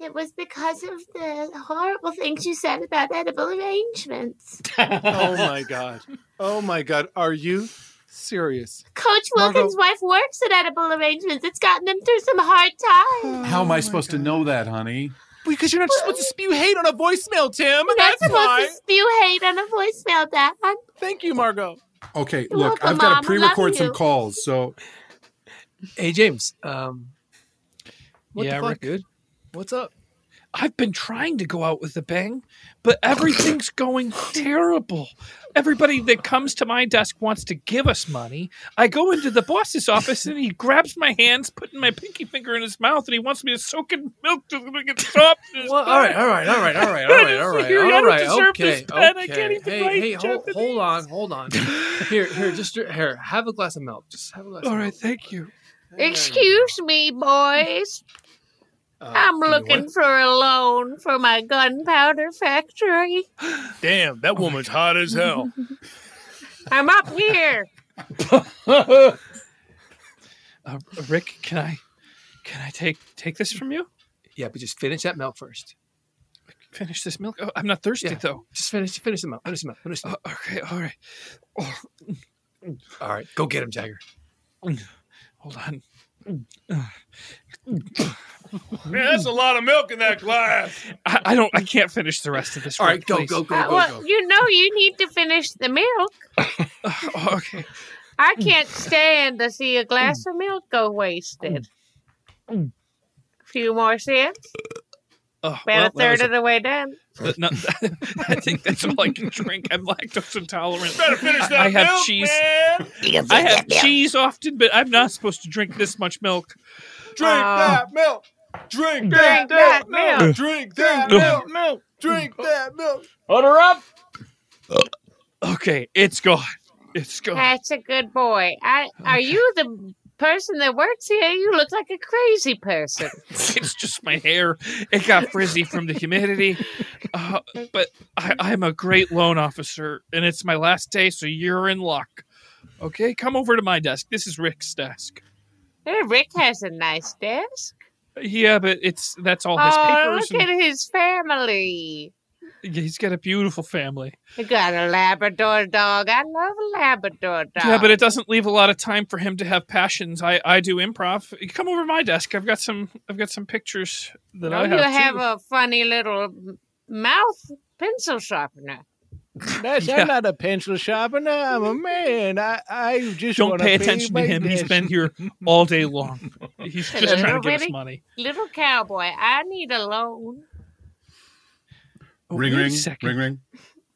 [SPEAKER 4] It was because of the horrible things you said about edible arrangements.
[SPEAKER 7] oh my god. Oh my god. Are you serious?
[SPEAKER 4] Coach
[SPEAKER 7] Margot-
[SPEAKER 4] Wilkins' wife works at edible arrangements. It's gotten them through some hard times.
[SPEAKER 5] How am I supposed to know that, honey?
[SPEAKER 9] Because you're not supposed to spew hate on a voicemail, Tim.
[SPEAKER 4] You're not
[SPEAKER 9] That's
[SPEAKER 4] supposed
[SPEAKER 9] why.
[SPEAKER 4] to spew hate on a voicemail, Dad.
[SPEAKER 9] Thank you, Margot.
[SPEAKER 5] Okay,
[SPEAKER 4] You're
[SPEAKER 5] look,
[SPEAKER 4] welcome,
[SPEAKER 5] I've got
[SPEAKER 4] Mom. I
[SPEAKER 5] to pre-record
[SPEAKER 4] love
[SPEAKER 5] some
[SPEAKER 4] you.
[SPEAKER 5] calls. So
[SPEAKER 8] Hey, James. Um,
[SPEAKER 3] What the
[SPEAKER 8] yeah, we're
[SPEAKER 3] fuck?
[SPEAKER 8] good. What's up?
[SPEAKER 3] I've been trying to go out with a bang, but everything's going terrible. Everybody that comes to my desk wants to give us money. I go into the boss's office and he grabs my hands, putting my pinky finger in his mouth, and he wants me to soak in milk to make it soft.
[SPEAKER 8] Well, all right, all right, all right, all right, all right, all right, all right. Okay, okay. hey, hey, hold, hold on, hold on. Here, here, just here. Have a glass of milk. Just have a glass.
[SPEAKER 3] All
[SPEAKER 8] of
[SPEAKER 3] right, thank you.
[SPEAKER 4] Excuse me, boys. I'm looking for a loan for my gunpowder factory.
[SPEAKER 12] Damn, that woman's hot as hell.
[SPEAKER 4] I'm up here.
[SPEAKER 3] uh, Rick, can I can I take take this from you?
[SPEAKER 8] Yeah, but just finish that milk first.
[SPEAKER 3] Finish this milk. Oh, I'm not thirsty
[SPEAKER 8] Yeah,
[SPEAKER 3] though. Uh,
[SPEAKER 8] Just finish, finish the milk. Finish the milk. Finish the milk.
[SPEAKER 3] Okay, all right. Oh,
[SPEAKER 8] All right, go get him, Jagger.
[SPEAKER 3] hold on.
[SPEAKER 12] Man, that's a lot of milk in that glass.
[SPEAKER 3] I, I don't. I can't finish the rest of this.
[SPEAKER 12] All right,
[SPEAKER 3] Rick,
[SPEAKER 12] go,
[SPEAKER 3] please.
[SPEAKER 12] go,
[SPEAKER 4] Uh, well, you know you need to finish the milk.
[SPEAKER 3] okay.
[SPEAKER 4] I can't stand to see a glass of milk go wasted. few more sips.
[SPEAKER 3] Oh, well,
[SPEAKER 4] About
[SPEAKER 3] that
[SPEAKER 4] a third
[SPEAKER 3] was
[SPEAKER 4] of the way done.
[SPEAKER 3] Uh, no, I think that's all I can drink. I'm lactose intolerant.
[SPEAKER 12] Better finish
[SPEAKER 3] I-
[SPEAKER 12] that
[SPEAKER 3] I have
[SPEAKER 12] milk,
[SPEAKER 3] cheese.
[SPEAKER 12] You can
[SPEAKER 3] I
[SPEAKER 12] drink
[SPEAKER 3] have
[SPEAKER 12] that milk.
[SPEAKER 3] cheese often, but I'm not supposed to drink this much milk.
[SPEAKER 12] Drink
[SPEAKER 4] Oh.
[SPEAKER 12] that milk. Drink,
[SPEAKER 3] that
[SPEAKER 12] that,
[SPEAKER 3] milk.
[SPEAKER 12] milk. Drink that
[SPEAKER 3] Drink
[SPEAKER 12] milk. milk. Oh. Drink that milk.
[SPEAKER 3] Order up. Okay, it's gone. It's gone.
[SPEAKER 4] That's a good boy. I, Are you the person that works here? You look like a crazy person.
[SPEAKER 3] It's just my hair. It got frizzy from the humidity. Uh, but I, I'm a great loan officer, and it's my last day, so you're in luck. Okay, come over to my desk. This is Rick's desk.
[SPEAKER 4] Eh, Rick has a nice desk.
[SPEAKER 3] Yeah, but it's that's all his
[SPEAKER 4] oh,
[SPEAKER 3] papers.
[SPEAKER 4] look
[SPEAKER 3] and-
[SPEAKER 4] at his family.
[SPEAKER 3] Yeah, he's got a beautiful family.
[SPEAKER 4] He got a Labrador dog. I love a Labrador dog.
[SPEAKER 3] Yeah, but it doesn't leave a lot of time for him to have passions. I, I do improv. You come over to my desk. I've got some I've got some pictures that
[SPEAKER 4] No,
[SPEAKER 3] I
[SPEAKER 4] you
[SPEAKER 3] have.
[SPEAKER 4] have
[SPEAKER 3] too.
[SPEAKER 4] a funny little m- mouth pencil sharpener.
[SPEAKER 9] That's,
[SPEAKER 3] Yeah.
[SPEAKER 9] I'm not a pencil sharpener. I'm a man. I, I just
[SPEAKER 3] Don't
[SPEAKER 9] wanna
[SPEAKER 3] pay
[SPEAKER 9] pay
[SPEAKER 3] attention
[SPEAKER 9] my
[SPEAKER 3] to him. He's
[SPEAKER 9] debt.
[SPEAKER 3] been here all day long. He's
[SPEAKER 4] A
[SPEAKER 3] just trying to
[SPEAKER 4] little
[SPEAKER 3] give us
[SPEAKER 4] bitty-
[SPEAKER 3] money.
[SPEAKER 4] Little cowboy, I need a loan.
[SPEAKER 5] ring,
[SPEAKER 3] Oh, wait a
[SPEAKER 5] ring,
[SPEAKER 3] second.
[SPEAKER 5] ring, ring.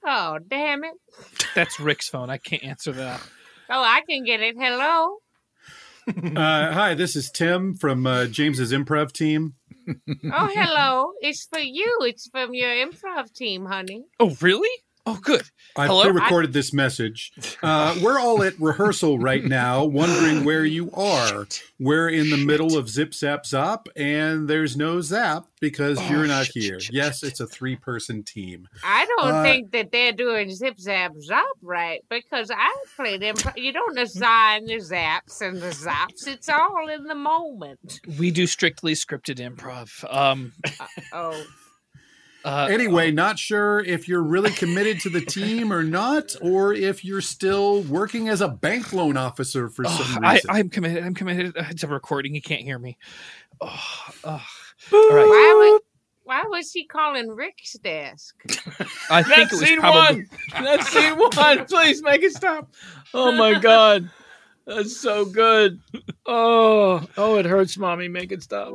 [SPEAKER 4] Oh, damn it.
[SPEAKER 3] That's Rick's phone. I can't answer that.
[SPEAKER 4] Oh, I can get it. Hello.
[SPEAKER 5] Uh, hi, this is Tim from uh, James's improv team.
[SPEAKER 4] Oh, hello. It's for you. It's from your improv team, honey.
[SPEAKER 3] Oh, really? Oh, good.
[SPEAKER 5] I
[SPEAKER 4] Hello?
[SPEAKER 5] pre-recorded this message. Uh, we're all at rehearsal right now, wondering where you are. We're in the middle of Zip Zap Zop, and there's no Zap because
[SPEAKER 3] Oh,
[SPEAKER 5] you're not here. Yes, it's a three-person team.
[SPEAKER 4] I don't
[SPEAKER 5] Uh,
[SPEAKER 4] think that they're doing zip zap zop right because I played improv. You don't assign the zaps and the zops. It's all in the moment.
[SPEAKER 3] We do strictly scripted improv. Um,
[SPEAKER 4] Oh,
[SPEAKER 3] uh,
[SPEAKER 5] anyway, not sure if you're really committed to the team or not, or if you're still working as a bank loan officer for some
[SPEAKER 3] I,
[SPEAKER 5] reason.
[SPEAKER 3] I'm committed. I'm committed. Uh, It's a recording. You can't hear me. Oh, oh.
[SPEAKER 4] why was why was he calling Rick's desk?
[SPEAKER 3] I think it
[SPEAKER 8] That's
[SPEAKER 3] was
[SPEAKER 8] scene
[SPEAKER 3] probably.
[SPEAKER 8] one. That's scene one. Please make it stop. Oh my god, that's so good. Oh, oh, it hurts, mommy. Make it stop.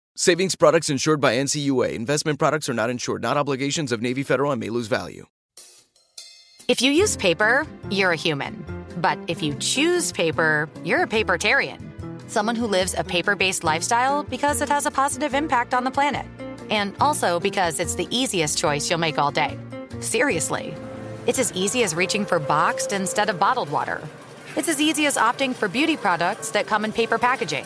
[SPEAKER 1] Savings products insured by NCUA. Investment products are not insured, not obligations of Navy Federal and may lose value.
[SPEAKER 13] If you use paper, you're a human. But if you choose paper, you're a papertarian. Someone who lives a paper based lifestyle because it has a positive impact on the planet. And also because it's the easiest choice you'll make all day. Seriously. It's as easy as reaching for boxed instead of bottled water. It's as easy as opting for beauty products that come in paper packaging.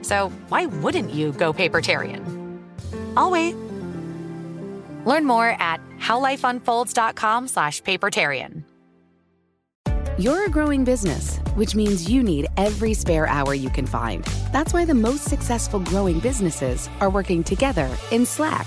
[SPEAKER 13] So why wouldn't you go papertarian? I'll wait. Learn more at howlifeunfolds.com slash papertarian.
[SPEAKER 14] You're a growing business, which means you need every spare hour you can find. That's why the most successful growing businesses are working together in Slack.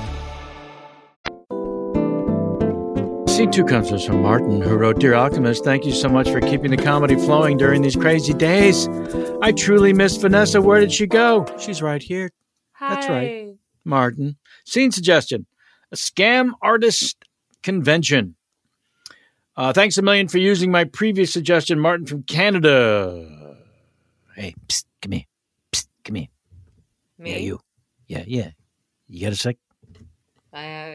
[SPEAKER 2] Scene two comes to us from Martin, who wrote Dear Alchemist, thank you so much for keeping the comedy flowing during these crazy days. I truly miss Vanessa. Where did she go? She's right here. That's right. Martin. Scene suggestion a scam artist convention. Uh, thanks a million for using my previous suggestion, Martin from Canada. Hey, psst, come here. Psst, come here.
[SPEAKER 4] Me?
[SPEAKER 2] Yeah, you. Yeah, yeah. You got a sec?
[SPEAKER 4] Uh,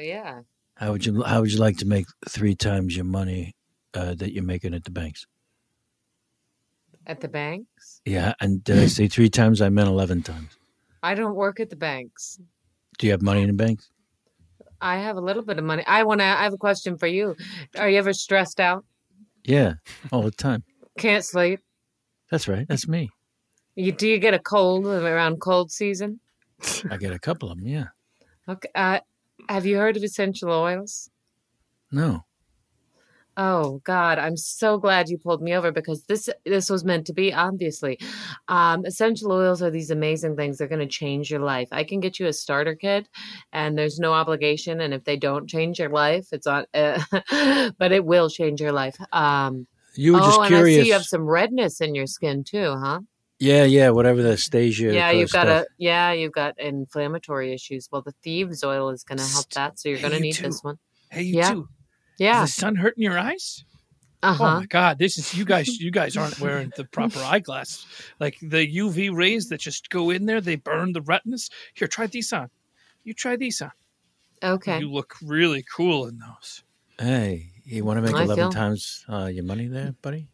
[SPEAKER 4] yeah.
[SPEAKER 2] How would you How would you like to make three times your money uh, that you're making at the banks?
[SPEAKER 4] At the bank?
[SPEAKER 2] Yeah, and did I say three times? I meant eleven times.
[SPEAKER 4] I don't work at the banks.
[SPEAKER 2] Do you have money in the banks?
[SPEAKER 4] I have a little bit of money. I want to. I have a question for you. Are you ever stressed out?
[SPEAKER 2] Yeah, all the time.
[SPEAKER 4] Can't sleep?
[SPEAKER 2] That's right. That's me.
[SPEAKER 4] You do you get a cold around cold season?
[SPEAKER 2] I get a couple of them. Yeah.
[SPEAKER 4] Okay. Uh, have you heard of essential oils?
[SPEAKER 2] No.
[SPEAKER 4] Oh God, I'm so glad you pulled me over because this this was meant to be. Obviously, um, essential oils are these amazing things. They're going to change your life. I can get you a starter kit, and there's no obligation. And if they don't change your life, it's on. Uh, but it will change your life. Um,
[SPEAKER 2] You were just
[SPEAKER 4] oh, and I see
[SPEAKER 2] curious.
[SPEAKER 4] you have some redness in your skin too, huh?
[SPEAKER 11] Yeah, yeah, whatever the stasia.
[SPEAKER 4] yeah, you've got
[SPEAKER 11] stuff.
[SPEAKER 4] a yeah, you've got inflammatory issues. Well, the thieves oil is going to help that, so you're going to
[SPEAKER 3] you
[SPEAKER 4] need
[SPEAKER 3] too.
[SPEAKER 4] this one.
[SPEAKER 3] Hey, you
[SPEAKER 4] yeah.
[SPEAKER 3] too.
[SPEAKER 4] Yeah.
[SPEAKER 3] Is the sun hurting your eyes? Oh
[SPEAKER 4] Uh-huh.
[SPEAKER 3] my God! This is you guys. You guys aren't wearing the proper eyeglasses. Like the UV rays that just go in there, they burn the retinas. Here, try these on. You try these on.
[SPEAKER 4] Okay.
[SPEAKER 3] You look really cool in those
[SPEAKER 11] Hey, you want to make
[SPEAKER 3] I
[SPEAKER 11] 11
[SPEAKER 3] feel-
[SPEAKER 11] times uh, your money there, buddy?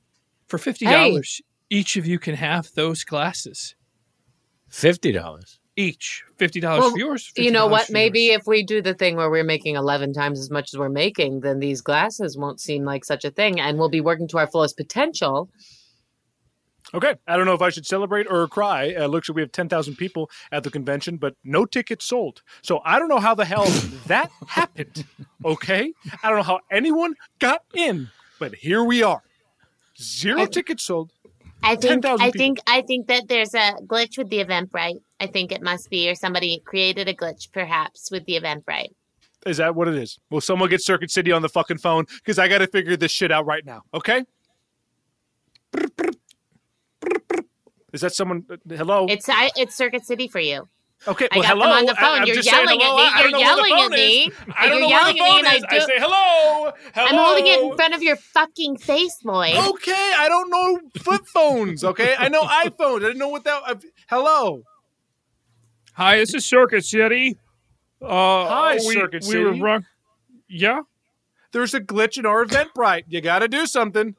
[SPEAKER 3] for fifty dollars. Each of you can have those glasses.
[SPEAKER 11] $50.
[SPEAKER 3] Each fifty
[SPEAKER 7] Oh,
[SPEAKER 3] dollars
[SPEAKER 4] Well,
[SPEAKER 3] for yours.
[SPEAKER 4] you know
[SPEAKER 3] $50
[SPEAKER 4] what?
[SPEAKER 3] for
[SPEAKER 4] Maybe if we do the thing where we're making 11 times as much as we're making, then these glasses won't seem like such a thing and we'll be working to our fullest potential.
[SPEAKER 7] Okay, I don't know if I should celebrate or cry. It looks like we have 10,000 people at the convention, but no tickets sold. So I don't know how the hell that happened. Okay? I don't know how anyone got in, but here we are. Zero tickets sold.
[SPEAKER 9] I think
[SPEAKER 7] 10,000
[SPEAKER 9] I
[SPEAKER 7] people.
[SPEAKER 9] think I think that there's a glitch with the Eventbrite. I think it must be, or somebody created a glitch, perhaps, with the Eventbrite.
[SPEAKER 7] Is that what it is? Will someone get Circuit City on the fucking phone? Because I got to figure this shit out right now. Okay? Is that someone? uh, Hello?
[SPEAKER 9] It's I, it's Circuit City for you.
[SPEAKER 7] Okay,
[SPEAKER 9] I
[SPEAKER 7] well,
[SPEAKER 9] got
[SPEAKER 7] hello.
[SPEAKER 9] them on the
[SPEAKER 7] I-
[SPEAKER 9] phone.
[SPEAKER 7] I'm
[SPEAKER 9] You're
[SPEAKER 7] just saying
[SPEAKER 9] yelling
[SPEAKER 7] hello. I- I
[SPEAKER 9] at
[SPEAKER 7] don't
[SPEAKER 9] me. You're
[SPEAKER 7] know
[SPEAKER 9] yelling at
[SPEAKER 7] where the phone is.
[SPEAKER 9] me.
[SPEAKER 7] I don't
[SPEAKER 9] You're
[SPEAKER 7] know where
[SPEAKER 9] yelling
[SPEAKER 7] the
[SPEAKER 9] at me,
[SPEAKER 7] phone
[SPEAKER 9] and I
[SPEAKER 7] is. I
[SPEAKER 9] do-
[SPEAKER 7] say hello. Hello.
[SPEAKER 9] I'm holding it in front of your fucking face, Lloyd.
[SPEAKER 7] Okay, I don't know flip phones. Okay, I know iPhones. I didn't know what that. I've- hello.
[SPEAKER 3] Hi, this is Circuit City. Uh,
[SPEAKER 7] Hi,
[SPEAKER 3] we-
[SPEAKER 7] Circuit
[SPEAKER 3] we were
[SPEAKER 7] City.
[SPEAKER 3] wrong- Yeah.
[SPEAKER 7] There's a glitch in our Eventbrite. You got to do something.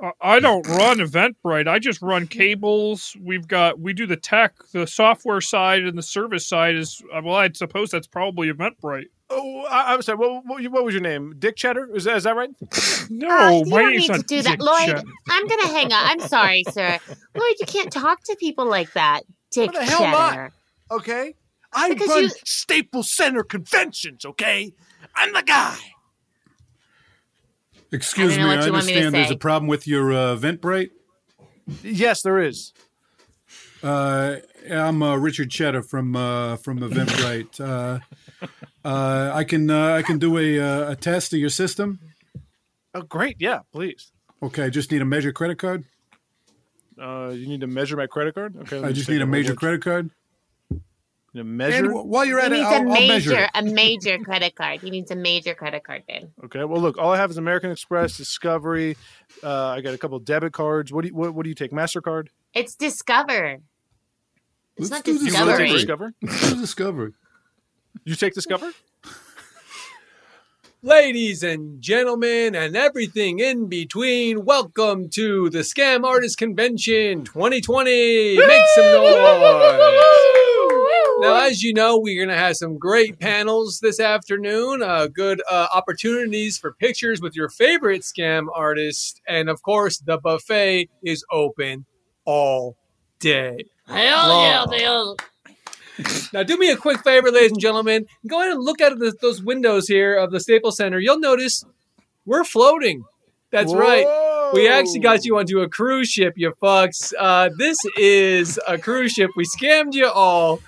[SPEAKER 3] I- I don't run Eventbrite. I just run cables. We've got we do the tech, the software side, and the service side is uh, well. I suppose that's probably Eventbrite.
[SPEAKER 7] Oh, I, I'm sorry. What, what, what was your name? Dick Cheddar? Is that, is that right? Oh,
[SPEAKER 3] No,
[SPEAKER 9] Oh, Uh, You don't need to do that, Lloyd. I'm gonna hang up. I'm sorry, sir. Lloyd, you can't talk to people like that, Dick
[SPEAKER 7] Why the hell not?
[SPEAKER 9] Cheddar.
[SPEAKER 7] Okay, I
[SPEAKER 9] Because
[SPEAKER 7] run
[SPEAKER 9] you-
[SPEAKER 7] Staples Center conventions. Okay, I'm the guy.
[SPEAKER 5] Excuse
[SPEAKER 7] I
[SPEAKER 5] me,
[SPEAKER 7] don't know
[SPEAKER 5] I
[SPEAKER 7] what you want me to
[SPEAKER 5] understand there's
[SPEAKER 7] say.
[SPEAKER 5] a problem with your uh, Eventbrite.
[SPEAKER 7] Yes, there is.
[SPEAKER 5] Uh, I'm uh, Richard Cheddar from uh, from Eventbrite. uh, uh, I can uh, I can do a uh, a test of your system.
[SPEAKER 7] Oh, great. Yeah, please.
[SPEAKER 5] Okay, I just need a major credit card.
[SPEAKER 7] Uh, you need to measure my credit card. Okay, let
[SPEAKER 5] I
[SPEAKER 7] me
[SPEAKER 5] just
[SPEAKER 7] take
[SPEAKER 5] need a
[SPEAKER 7] look.
[SPEAKER 5] major credit card.
[SPEAKER 7] Need to measure.
[SPEAKER 5] And wh- while you're at
[SPEAKER 9] he
[SPEAKER 5] it,
[SPEAKER 9] needs
[SPEAKER 5] I'll,
[SPEAKER 9] a
[SPEAKER 5] I'll measure.
[SPEAKER 9] major, a
[SPEAKER 5] it.
[SPEAKER 9] major credit card. He needs a major credit card, babe.
[SPEAKER 7] Okay. Well, look, all I have is American Express, Discovery. Uh, I got a couple debit cards. What do you what, what do you take? Mastercard.
[SPEAKER 9] It's Discover. It's not
[SPEAKER 5] do
[SPEAKER 7] You wanna
[SPEAKER 9] Discovery.
[SPEAKER 7] take Discover.
[SPEAKER 5] Let's do Discovery.
[SPEAKER 7] You take Discover.
[SPEAKER 8] Ladies and gentlemen, and everything in between, welcome to the Scam Artist Convention 2020. Make some noise. Now, as you know, we're going to have some great panels this afternoon, uh, good uh, opportunities for pictures with your favorite scam artist. And of course, the buffet is open all day. long. Now, do me a quick favor, ladies and gentlemen. Go ahead and look out of the, those windows here of the Staples Center. You'll notice we're floating. That's right. We actually got you onto a cruise ship, you fucks. Uh, this is a cruise ship. We scammed you all.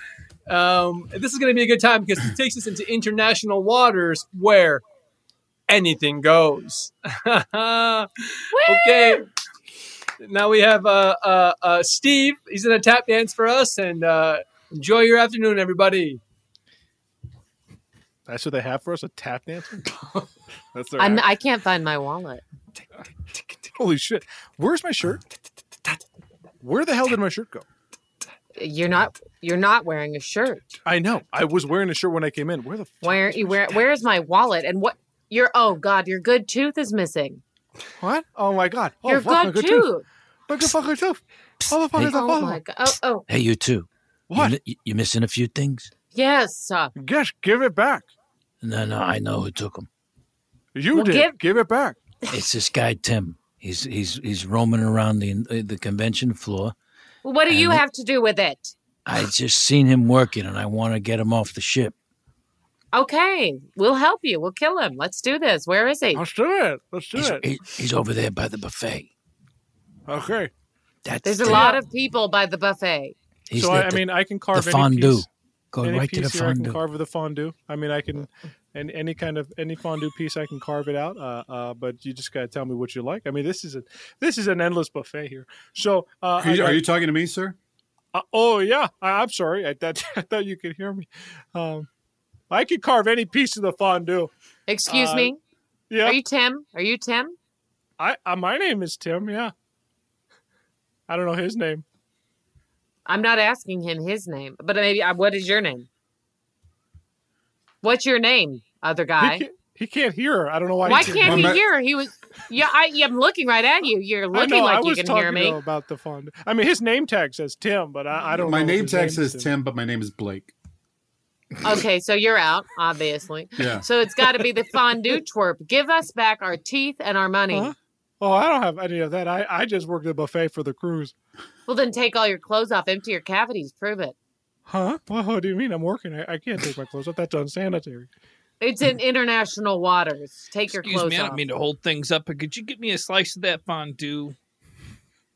[SPEAKER 8] Um, this is going to be a good time because it takes us into international waters where anything goes. okay. Now we have uh, uh, uh, Steve. He's going to tap dance for us and uh, enjoy your afternoon, everybody.
[SPEAKER 7] That's what they have for us. A tap dancer. That's their.
[SPEAKER 4] I'm,
[SPEAKER 7] act.
[SPEAKER 4] I can't find my wallet.
[SPEAKER 7] Holy shit! Where's my shirt? Where the hell did my shirt go?
[SPEAKER 4] You're not you're not wearing a shirt.
[SPEAKER 7] I know. I was wearing a shirt when I came in. Where the? F-
[SPEAKER 4] Where you where where is my wallet and what your oh god, your good tooth is missing.
[SPEAKER 7] what? Oh my god! Oh,
[SPEAKER 4] your
[SPEAKER 7] fuck, my
[SPEAKER 4] good,
[SPEAKER 7] good
[SPEAKER 4] tooth.
[SPEAKER 7] My good fucking tooth. How the fuck
[SPEAKER 4] Oh
[SPEAKER 7] is that
[SPEAKER 4] my
[SPEAKER 7] possible?
[SPEAKER 4] god. Oh oh
[SPEAKER 11] Hey, you too. What? You, you missing a few things?
[SPEAKER 4] yes. Uh,
[SPEAKER 7] Yes, give it back.
[SPEAKER 11] No, no, I know who took them.
[SPEAKER 7] You
[SPEAKER 4] Well,
[SPEAKER 7] did.
[SPEAKER 4] give-
[SPEAKER 7] give it back.
[SPEAKER 11] It's this guy Tim. He's he's he's roaming around the uh, the convention floor.
[SPEAKER 4] what do you
[SPEAKER 11] And-
[SPEAKER 4] have to do with it?
[SPEAKER 11] I just seen him working, and I want to get him off the ship.
[SPEAKER 4] Okay, we'll help you. We'll kill him. Let's do this. Where is he?
[SPEAKER 7] Let's do it. Let's do
[SPEAKER 11] He's,
[SPEAKER 7] it.
[SPEAKER 11] he- he's over there by the buffet.
[SPEAKER 7] Okay.
[SPEAKER 11] That's
[SPEAKER 4] There's a
[SPEAKER 11] Tim.
[SPEAKER 4] lot of people by the buffet.
[SPEAKER 11] He's
[SPEAKER 7] so I,
[SPEAKER 11] at
[SPEAKER 7] I
[SPEAKER 11] the-
[SPEAKER 7] mean, I can
[SPEAKER 11] the
[SPEAKER 7] carve any
[SPEAKER 11] fondue.
[SPEAKER 7] piece-
[SPEAKER 11] Go
[SPEAKER 7] any
[SPEAKER 11] right to
[SPEAKER 7] piece
[SPEAKER 11] the
[SPEAKER 7] here I
[SPEAKER 11] fondue.
[SPEAKER 7] can carve with a fondue. I mean, I can and any kind of any fondue piece I can carve it out. Uh, uh, but you just gotta tell me what you like. I mean, this is a this is an endless buffet here. So uh,
[SPEAKER 5] Are you-
[SPEAKER 7] I-
[SPEAKER 5] are you talking to me, sir?
[SPEAKER 7] Uh, oh yeah, I, I'm sorry. I thought I thought you could hear me. Um, I could carve any piece of the fondue.
[SPEAKER 4] Excuse
[SPEAKER 7] Uh,
[SPEAKER 4] me.
[SPEAKER 7] Yeah.
[SPEAKER 4] Are you Tim? Are you Tim?
[SPEAKER 7] I uh, my name is Tim. Yeah. I don't know his name.
[SPEAKER 4] I'm not asking him his name, but maybe uh, what is your name? What's your name, other guy?
[SPEAKER 7] He can't, he can't hear. her. I don't know why.
[SPEAKER 4] Why can't he hear? He was yeah. I, yeah, I'm looking right at you. You're
[SPEAKER 7] I
[SPEAKER 4] looking
[SPEAKER 7] know. I
[SPEAKER 4] like you
[SPEAKER 7] was
[SPEAKER 4] can
[SPEAKER 7] talking
[SPEAKER 4] hear me.
[SPEAKER 7] though about the fondue. I mean, his name tag says Tim, but I, I don't.
[SPEAKER 5] My
[SPEAKER 7] know if
[SPEAKER 5] name
[SPEAKER 7] his
[SPEAKER 5] tag
[SPEAKER 7] name's
[SPEAKER 5] says Tim. but my name is Blake.
[SPEAKER 4] Okay, so you're out, obviously.
[SPEAKER 5] Yeah.
[SPEAKER 4] So it's got to be the fondue twerp. Give us back our teeth and our money.
[SPEAKER 7] Huh? Oh, I don't have any of that. I, I just worked at a buffet for the cruise.
[SPEAKER 4] Well, then take all your clothes off, empty your cavities, prove it.
[SPEAKER 7] Huh? Well, what do you mean? I'm working. I, I can't take my clothes off. That's unsanitary.
[SPEAKER 4] It's in international waters. Take your
[SPEAKER 3] Excuse
[SPEAKER 4] clothes
[SPEAKER 3] me, I
[SPEAKER 4] off.
[SPEAKER 3] don't mean to hold things up, but could you get me a slice of that fondue?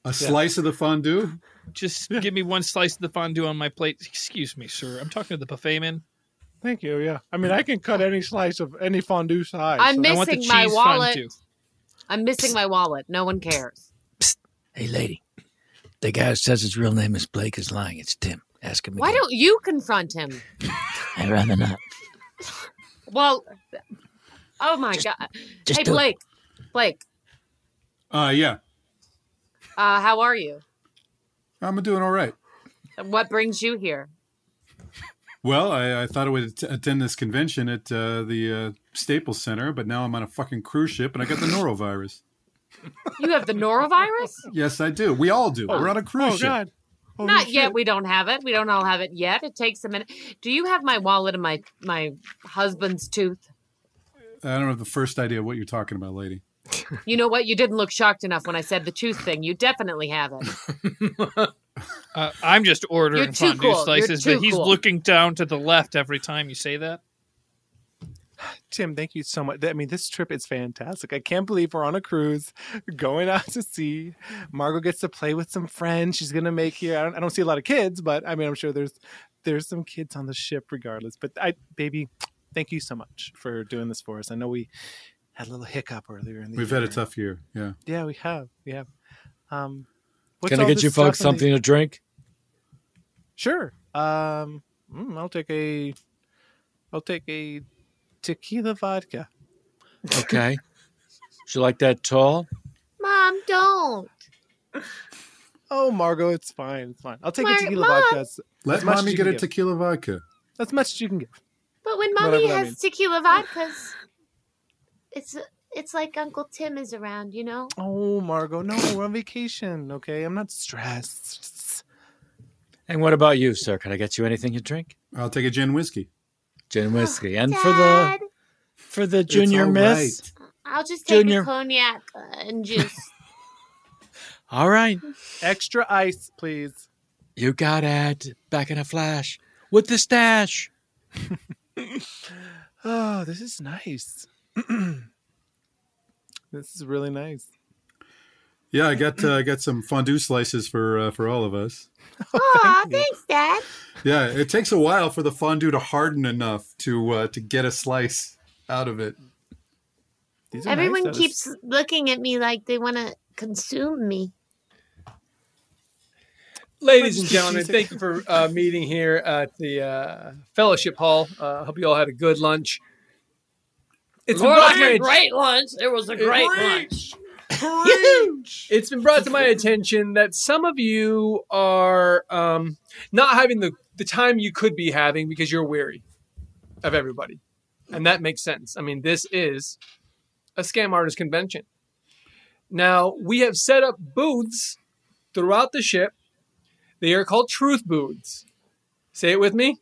[SPEAKER 5] A slice of the fondue?
[SPEAKER 3] Just give me one slice of the fondue on my plate. Excuse me, sir. I'm talking to the buffet man.
[SPEAKER 7] Thank you. Yeah. I mean, I can cut any slice of any fondue size.
[SPEAKER 4] I'm
[SPEAKER 7] I want the
[SPEAKER 4] missing my
[SPEAKER 7] cheese
[SPEAKER 4] wallet.
[SPEAKER 7] fondue.
[SPEAKER 4] I'm missing my wallet. No one cares.
[SPEAKER 15] Hey, lady. The guy who says his real name is Blake is lying. It's Tim. Ask him
[SPEAKER 4] Why
[SPEAKER 15] again.
[SPEAKER 4] don't you confront him?
[SPEAKER 15] I'd rather not.
[SPEAKER 4] Well, oh my god.
[SPEAKER 15] just
[SPEAKER 4] hey,
[SPEAKER 15] do it.
[SPEAKER 4] Blake. Blake,
[SPEAKER 5] Uh, yeah.
[SPEAKER 4] uh, how are you?
[SPEAKER 5] I'm doing all right.
[SPEAKER 4] What brings you here?
[SPEAKER 5] Well, I, I thought I would att- attend this convention at uh, the uh, Staples Center, but now I'm on a fucking cruise ship and I got the norovirus.
[SPEAKER 4] You have the norovirus?
[SPEAKER 5] yes, I do. We all do. We're on a cruise
[SPEAKER 4] Oh,
[SPEAKER 5] ship.
[SPEAKER 4] God.
[SPEAKER 7] Holy
[SPEAKER 4] Not yet. We don't have it. We don't all have it yet. It takes a minute. Do you have my wallet and my my husband's tooth?
[SPEAKER 5] I don't have the first idea what you're talking about, lady.
[SPEAKER 4] You know what? You didn't look shocked enough when I said the tooth thing. You definitely have it.
[SPEAKER 3] Uh, I'm just ordering
[SPEAKER 4] You're too
[SPEAKER 3] fondue
[SPEAKER 4] cool. You're
[SPEAKER 3] slices,
[SPEAKER 4] too
[SPEAKER 3] but he's
[SPEAKER 4] cool.
[SPEAKER 3] looking down to the left every time you say that.
[SPEAKER 7] Tim, thank you so much. I mean, this trip is fantastic. I can't believe we're on a cruise, going out to sea. Margot gets to play with some friends she's gonna make here. I don't, I don't see a lot of kids, but I mean, I'm sure there's there's some kids on the ship regardless. But I, baby, thank you so much for doing this for us. I know we had a little hiccup earlier in the
[SPEAKER 5] We've
[SPEAKER 7] year.
[SPEAKER 5] had a tough year. Yeah.
[SPEAKER 7] yeah, we have, we have. Um, what's
[SPEAKER 11] Can I
[SPEAKER 7] all
[SPEAKER 11] get
[SPEAKER 7] this
[SPEAKER 11] you folks
[SPEAKER 7] stuff in the-
[SPEAKER 11] something to drink?
[SPEAKER 7] Sure. Um, mm, I'll take a, I'll take a tequila vodka.
[SPEAKER 11] Okay. Would you like that tall?
[SPEAKER 9] Mom, don't.
[SPEAKER 7] Oh, Margot, it's fine. It's fine. I'll take
[SPEAKER 9] Mar-
[SPEAKER 7] a tequila
[SPEAKER 9] Mom!
[SPEAKER 7] vodka. As,
[SPEAKER 5] Let
[SPEAKER 7] as much as
[SPEAKER 5] mommy
[SPEAKER 7] you
[SPEAKER 5] get
[SPEAKER 7] can
[SPEAKER 5] a
[SPEAKER 7] give.
[SPEAKER 5] tequila vodka.
[SPEAKER 7] As much as you can give.
[SPEAKER 9] But when
[SPEAKER 7] Whatever
[SPEAKER 9] mommy
[SPEAKER 7] that
[SPEAKER 9] has
[SPEAKER 7] means.
[SPEAKER 9] tequila vodkas, it's it's like Uncle Tim is around, you know.
[SPEAKER 7] Oh, Margot, no, we're on vacation. Okay, I'm not stressed.
[SPEAKER 11] And what about you, sir? Can I get you anything to drink?
[SPEAKER 5] I'll take a gin whiskey.
[SPEAKER 11] Gin whiskey. And for the for the
[SPEAKER 5] It's
[SPEAKER 11] junior
[SPEAKER 5] all
[SPEAKER 11] miss.
[SPEAKER 9] I'll just take
[SPEAKER 11] Junior.
[SPEAKER 9] a cognac uh, and juice.
[SPEAKER 11] All right.
[SPEAKER 7] Extra ice, please.
[SPEAKER 11] You got it. Back in a flash. With the stash.
[SPEAKER 7] Oh, this is nice. this is really nice.
[SPEAKER 5] Yeah, I got uh, I got some fondue slices for uh, for all of us.
[SPEAKER 9] Aw, thanks, Dad.
[SPEAKER 5] Yeah, it takes a while for the fondue to harden enough to uh, to get a slice out of it.
[SPEAKER 9] Everyone keeps looking at me like they want to consume me.
[SPEAKER 8] Ladies and gentlemen, thank you for uh, meeting here at the uh, fellowship hall. Uh, hope you all had a good lunch. It's
[SPEAKER 4] Lord,
[SPEAKER 8] brought
[SPEAKER 4] I
[SPEAKER 8] to
[SPEAKER 4] had
[SPEAKER 8] my
[SPEAKER 4] a
[SPEAKER 8] att-
[SPEAKER 4] great lunch. It was a great lunch.
[SPEAKER 8] It's been brought to my attention that some of you are um, not having the, the time you could be having because you're weary of everybody. And that makes sense. I mean, this is a scam artist convention. Now, we have set up booths throughout the ship. They are called truth booths. Say it with me.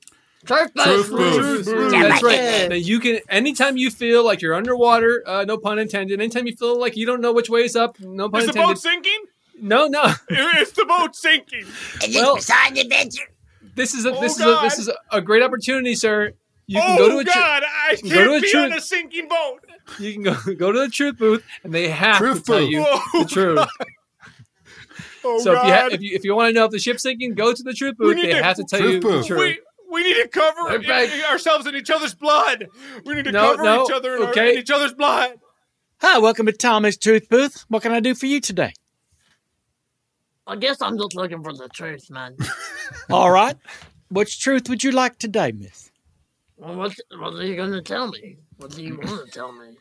[SPEAKER 8] Truth
[SPEAKER 4] booths. Truth booths. Truth booths.
[SPEAKER 8] That's right. Now you can anytime you feel like you're underwater, uh, no pun intended. Anytime you feel like you don't know which way is up, no pun
[SPEAKER 12] Is the
[SPEAKER 8] intended.
[SPEAKER 12] boat sinking?
[SPEAKER 8] No, no.
[SPEAKER 12] Is the boat sinking?
[SPEAKER 8] Well- This is a
[SPEAKER 12] Oh,
[SPEAKER 8] this is a,
[SPEAKER 12] God.
[SPEAKER 8] this is a great opportunity, sir. You
[SPEAKER 12] oh
[SPEAKER 8] can go to a tru-
[SPEAKER 12] God! I
[SPEAKER 8] you can go to a
[SPEAKER 12] can't be
[SPEAKER 8] tru-
[SPEAKER 12] on a sinking boat.
[SPEAKER 8] you can go go to the truth booth, and they have
[SPEAKER 12] Truth
[SPEAKER 8] to tell
[SPEAKER 12] booth.
[SPEAKER 8] you
[SPEAKER 12] Whoa,
[SPEAKER 8] the truth.
[SPEAKER 12] Oh
[SPEAKER 8] so if you, ha-
[SPEAKER 12] God! Oh,
[SPEAKER 8] if you if you want to know if the ship's sinking, go to the truth booth. They have to tell you the truth.
[SPEAKER 12] We, we We need to cover
[SPEAKER 8] Right back.
[SPEAKER 12] i- i- ourselves in each other's blood. We need to
[SPEAKER 2] No,
[SPEAKER 12] cover
[SPEAKER 2] no,
[SPEAKER 12] each other in, our,
[SPEAKER 2] okay.
[SPEAKER 12] in each other's blood.
[SPEAKER 2] Hi, welcome to Tommy's Tooth Booth. What can I do for you today?
[SPEAKER 16] I guess I'm just looking for the truth, man.
[SPEAKER 2] All right. Which truth would you like today, miss?
[SPEAKER 16] well, what, what are you going to tell me? What do you want to tell me?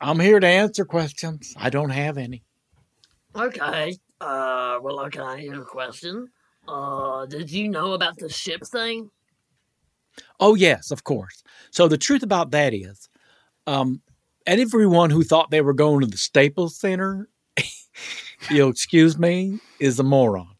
[SPEAKER 2] I'm here to answer questions. I don't have any.
[SPEAKER 16] Okay. Uh, well, okay, here's a question. Uh, did you know about the ship thing?
[SPEAKER 2] Oh, yes, of course. So the truth about that is, um, everyone who thought they were going to the Staples Center, you'll excuse me, is a moron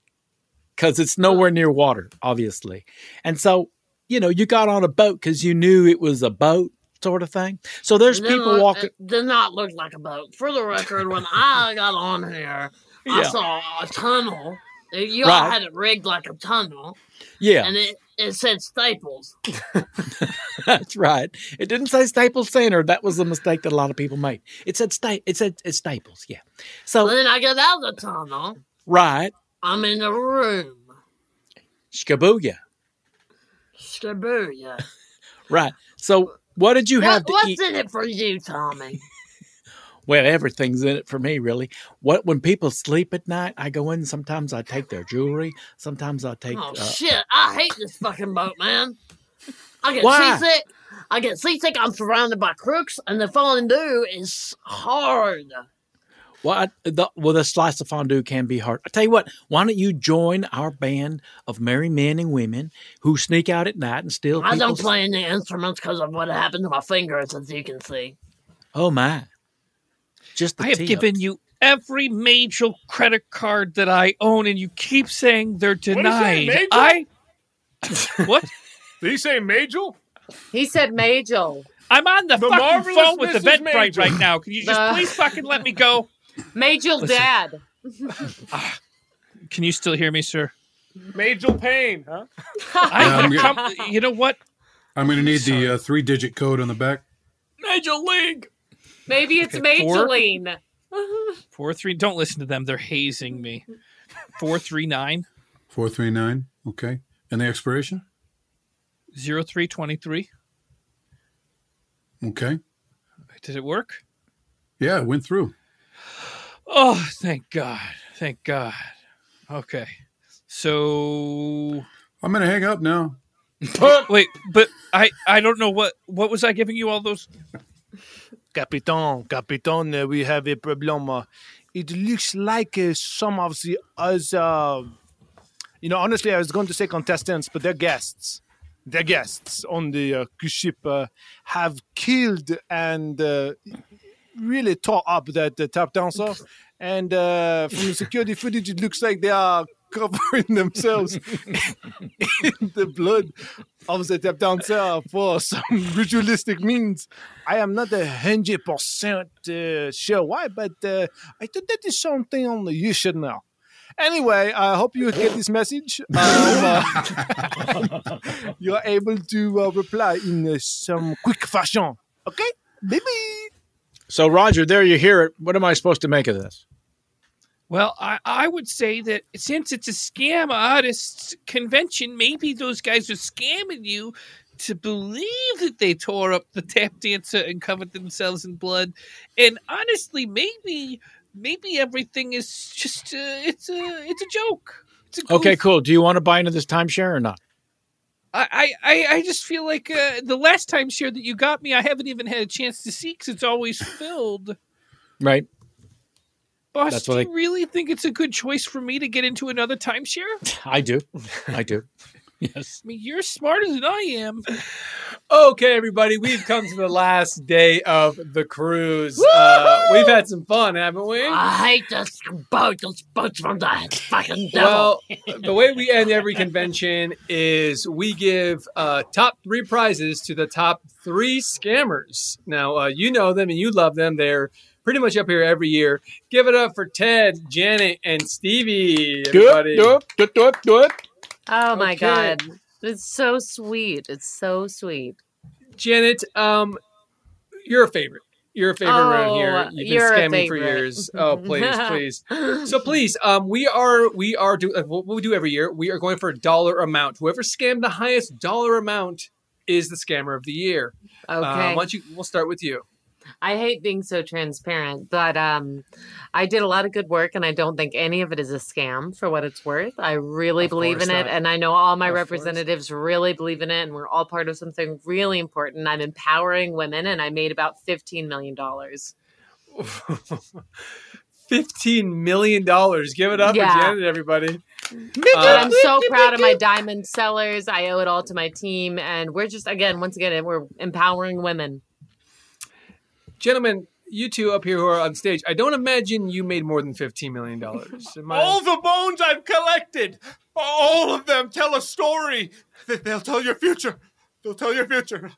[SPEAKER 2] because it's nowhere near water, obviously. And so, you know, you got on a boat because you knew it was a boat sort of thing. So there's
[SPEAKER 16] It didn't
[SPEAKER 2] people
[SPEAKER 16] look-
[SPEAKER 2] walking.
[SPEAKER 16] It did not look like a boat. For the record, when I got on here, I
[SPEAKER 2] Yeah.
[SPEAKER 16] saw a tunnel. You all
[SPEAKER 2] Right.
[SPEAKER 16] had it rigged like a tunnel.
[SPEAKER 2] Yeah.
[SPEAKER 16] And it, it said Staples.
[SPEAKER 2] That's right. It didn't say Staples Center. That was a mistake that a lot of people made. It said sta- it said it's Staples. Yeah. So
[SPEAKER 16] then I get out of the tunnel.
[SPEAKER 2] Right.
[SPEAKER 16] I'm in the room.
[SPEAKER 2] Shkabuya.
[SPEAKER 16] Shibuya.
[SPEAKER 2] Right. So what did you
[SPEAKER 16] What-
[SPEAKER 2] have to
[SPEAKER 16] what's
[SPEAKER 2] eat?
[SPEAKER 16] in it for you, Tommy?
[SPEAKER 2] Well, everything's in it for me, really. What when people sleep at night, I go in. Sometimes I take their jewelry. Sometimes I take.
[SPEAKER 16] oh
[SPEAKER 2] uh,
[SPEAKER 16] shit! I hate this fucking boat, man. I get
[SPEAKER 2] Why?
[SPEAKER 16] seasick. I get seasick. I'm surrounded by crooks, and the fondue is hard.
[SPEAKER 2] Well, I, the, well, the slice of fondue can be hard. I tell you what, why don't you join our band of merry men and women who sneak out at night and steal?
[SPEAKER 16] I don't
[SPEAKER 2] people's-
[SPEAKER 16] play any instruments because of what happened to my fingers, as you can see.
[SPEAKER 2] Oh my! Just the
[SPEAKER 3] I have
[SPEAKER 2] tea
[SPEAKER 3] given
[SPEAKER 2] ups.
[SPEAKER 3] you every major credit card that I own, and you keep saying they're denied.
[SPEAKER 12] Major?
[SPEAKER 3] I what?
[SPEAKER 12] Did he say Majel?
[SPEAKER 3] He said Majel. I'm on the,
[SPEAKER 12] The
[SPEAKER 3] fucking
[SPEAKER 12] marvelous
[SPEAKER 3] phone with the
[SPEAKER 12] Mrs.
[SPEAKER 3] Eventbrite
[SPEAKER 12] Majel.
[SPEAKER 3] right now. Can you just
[SPEAKER 12] The-
[SPEAKER 3] please fucking let me go?
[SPEAKER 4] Majel
[SPEAKER 3] Listen.
[SPEAKER 4] Dad.
[SPEAKER 3] Can you still hear me, sir?
[SPEAKER 8] Major pain, huh?
[SPEAKER 5] I'm
[SPEAKER 3] I
[SPEAKER 5] good.
[SPEAKER 3] come, you know what?
[SPEAKER 5] I'm going to need the uh, three digit code on the back.
[SPEAKER 4] Major League. Maybe it's
[SPEAKER 3] Okay, four.
[SPEAKER 4] Majeline.
[SPEAKER 3] Four three. Don't listen to them. They're hazing me. Four three nine
[SPEAKER 5] 439. Okay. And the expiration?
[SPEAKER 3] zero three twenty three.
[SPEAKER 5] Okay.
[SPEAKER 3] Did it work?
[SPEAKER 5] Yeah, it went through.
[SPEAKER 3] Oh, thank God. Thank God. Okay. So
[SPEAKER 5] I'm going to hang up now.
[SPEAKER 3] Wait, but I I don't know what what was I giving you all those
[SPEAKER 7] Capitan, Capitan, uh, we have a problem. Uh, It looks like uh, some of the other, you know, honestly, I was going to say contestants, but their guests, their guests on the uh, cruise ship uh, have killed and uh, really tore up that uh, tap dancer. And uh, from the security footage, it looks like they are covering themselves in the blood of the tap dancer for some ritualistic means. I am not a hundred percent uh, sure why, but uh, I think that is something only you should know. Anyway, I hope you get this message. Um, uh, you're able to uh, reply in uh, some quick fashion. Okay, baby.
[SPEAKER 11] So, Roger, there you hear it. What am I supposed to make of this?
[SPEAKER 3] Well, I, I would say that since it's a scam artists convention, maybe those guys are scamming you to believe that they tore up the tap dancer and covered themselves in blood. And honestly, maybe maybe everything is just uh, it's a it's a joke. It's a goof.
[SPEAKER 11] Okay, cool. Do you want to buy into this timeshare or not?
[SPEAKER 3] I, I, I just feel like uh, the last time share that you got me, I haven't even had a chance to see because it's always filled.
[SPEAKER 11] Right.
[SPEAKER 3] Boss,
[SPEAKER 11] That's
[SPEAKER 3] do
[SPEAKER 11] what
[SPEAKER 3] you really think it's a good choice for me to get into another timeshare?
[SPEAKER 11] I do. I do.
[SPEAKER 3] Yes. I mean, you're smarter than I am.
[SPEAKER 8] Okay, everybody, we've come to the last day of the cruise. Uh, we've had some fun, haven't we?
[SPEAKER 16] I hate this boat. This boat's from the fucking devil.
[SPEAKER 8] Well, the way we end every convention is we give uh, top three prizes to the top three scammers. Now, uh, you know them and you love them. They're pretty much up here every year. Give it up for Ted, Janet, and Stevie, everybody.
[SPEAKER 11] Do it, do it, do it, do it.
[SPEAKER 4] Oh my
[SPEAKER 8] Okay.
[SPEAKER 4] god. It's so sweet. It's so sweet.
[SPEAKER 8] Janet, um, your favorite. You're a favorite around here.
[SPEAKER 4] Oh,
[SPEAKER 8] You've been
[SPEAKER 4] you're a
[SPEAKER 8] scamming for
[SPEAKER 4] favorite.
[SPEAKER 8] years. Oh, please, please. So please, um, we are we are do uh, what we do every year. We are going for a dollar amount. Whoever scammed the highest dollar amount is the scammer of the year. Uh,
[SPEAKER 4] Okay.
[SPEAKER 8] why don't you? We'll start with you.
[SPEAKER 4] I hate being so transparent, but um, I did a lot of good work, and I don't think any of it is a scam for what it's worth. I really
[SPEAKER 17] Of
[SPEAKER 4] believe in
[SPEAKER 17] course
[SPEAKER 4] it,
[SPEAKER 17] not.
[SPEAKER 4] and I know all my
[SPEAKER 17] Of course.
[SPEAKER 4] representatives really believe in it, and we're all part of something really important. I'm empowering women, and I made about fifteen million dollars.
[SPEAKER 8] Fifteen million dollars. Give it up
[SPEAKER 4] Yeah.
[SPEAKER 8] for Janet, everybody.
[SPEAKER 4] But
[SPEAKER 8] Uh,
[SPEAKER 4] I'm so proud of my diamond sellers. I owe it all to my team, and we're just again, once again, we're empowering women.
[SPEAKER 8] gentlemen, you two up here who are on stage. I don't imagine you made more than fifteen million dollars.
[SPEAKER 12] All the bones I've collected, all of them tell a story. They- They'll tell your future. They'll tell your future.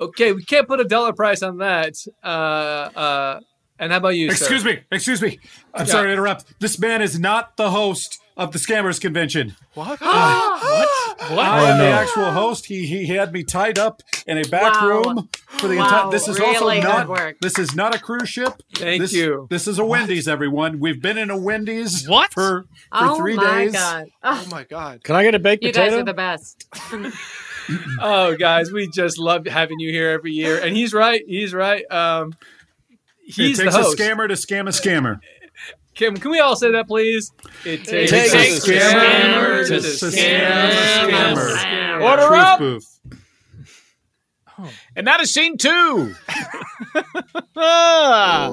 [SPEAKER 8] Okay, we can't put a dollar price on that. Uh, uh, and how about you?
[SPEAKER 5] Excuse me. Excuse me. I'm
[SPEAKER 8] Yeah.
[SPEAKER 5] sorry to interrupt. This man is not the host of the Scammers Convention. what?
[SPEAKER 8] What?
[SPEAKER 5] I
[SPEAKER 8] Oh,
[SPEAKER 5] am the
[SPEAKER 8] no.
[SPEAKER 5] actual host. He, he he had me tied up in a back
[SPEAKER 8] Wow.
[SPEAKER 5] room for the
[SPEAKER 8] Wow,
[SPEAKER 5] entire. This is also
[SPEAKER 8] really good
[SPEAKER 5] not.
[SPEAKER 8] work.
[SPEAKER 5] This is not a cruise ship.
[SPEAKER 8] Thank
[SPEAKER 5] this,
[SPEAKER 8] you.
[SPEAKER 5] This is a Wendy's. Everyone, we've been in a Wendy's what? for for
[SPEAKER 4] Oh
[SPEAKER 5] three
[SPEAKER 4] my
[SPEAKER 5] days.
[SPEAKER 4] god!
[SPEAKER 8] Oh my god!
[SPEAKER 11] Can I get a baked
[SPEAKER 4] You guys are the best.
[SPEAKER 8] oh, guys, we just love having you here every year. And he's right. He's right. Um, he's
[SPEAKER 5] it takes
[SPEAKER 8] the host.
[SPEAKER 5] a scammer to scam a scammer.
[SPEAKER 8] Kim, can we all say that, please? It takes,
[SPEAKER 5] takes
[SPEAKER 8] a
[SPEAKER 5] a
[SPEAKER 8] scammer
[SPEAKER 5] scammer
[SPEAKER 8] to
[SPEAKER 5] to
[SPEAKER 8] scam
[SPEAKER 5] scam
[SPEAKER 8] a
[SPEAKER 5] a
[SPEAKER 8] scammer.
[SPEAKER 5] scammer.
[SPEAKER 8] Order
[SPEAKER 5] Truth
[SPEAKER 8] up.
[SPEAKER 5] booth.
[SPEAKER 11] And that is scene two. Ah.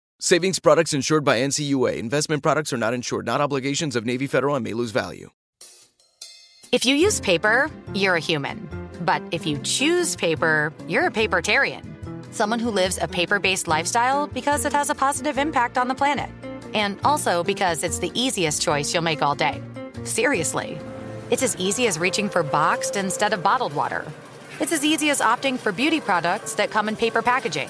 [SPEAKER 8] Savings products insured by NCUA. Investment products are not insured, not obligations of Navy Federal and may lose value.
[SPEAKER 13] If you use paper, you're a human. But if you choose paper, you're a papertarian. Someone who lives a paper based lifestyle because it has a positive impact on the planet. And also because it's the easiest choice you'll make all day. Seriously. It's as easy as reaching for boxed instead of bottled water. It's as easy as opting for beauty products that come in paper packaging.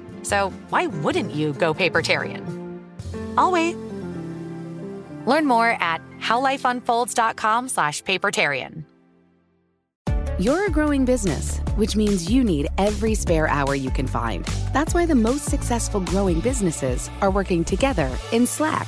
[SPEAKER 13] So, why wouldn't you go Papertarian? I'll wait. Learn more at howlifeunfolds.com slash papertarian.
[SPEAKER 14] You're a growing business, which means you need every spare hour you can find. That's why the most successful growing businesses are working together in Slack.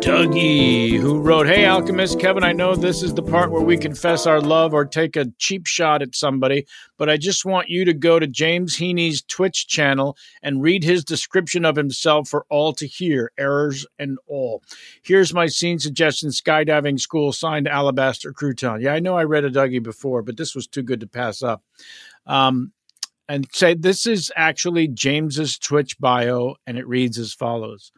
[SPEAKER 2] Dougie, who wrote, Hey, Alchemist Kevin, I know this is the part where we confess our love or take a cheap shot at somebody, but I just want you to go to James Heaney's Twitch channel and read his description of himself for all to hear, errors and all. Here's my scene suggestion skydiving school, signed Alabaster Crouton. Yeah, I know I read a Dougie before, but this was too good to pass up. Um, and say this is actually James's Twitch bio, and it reads as follows.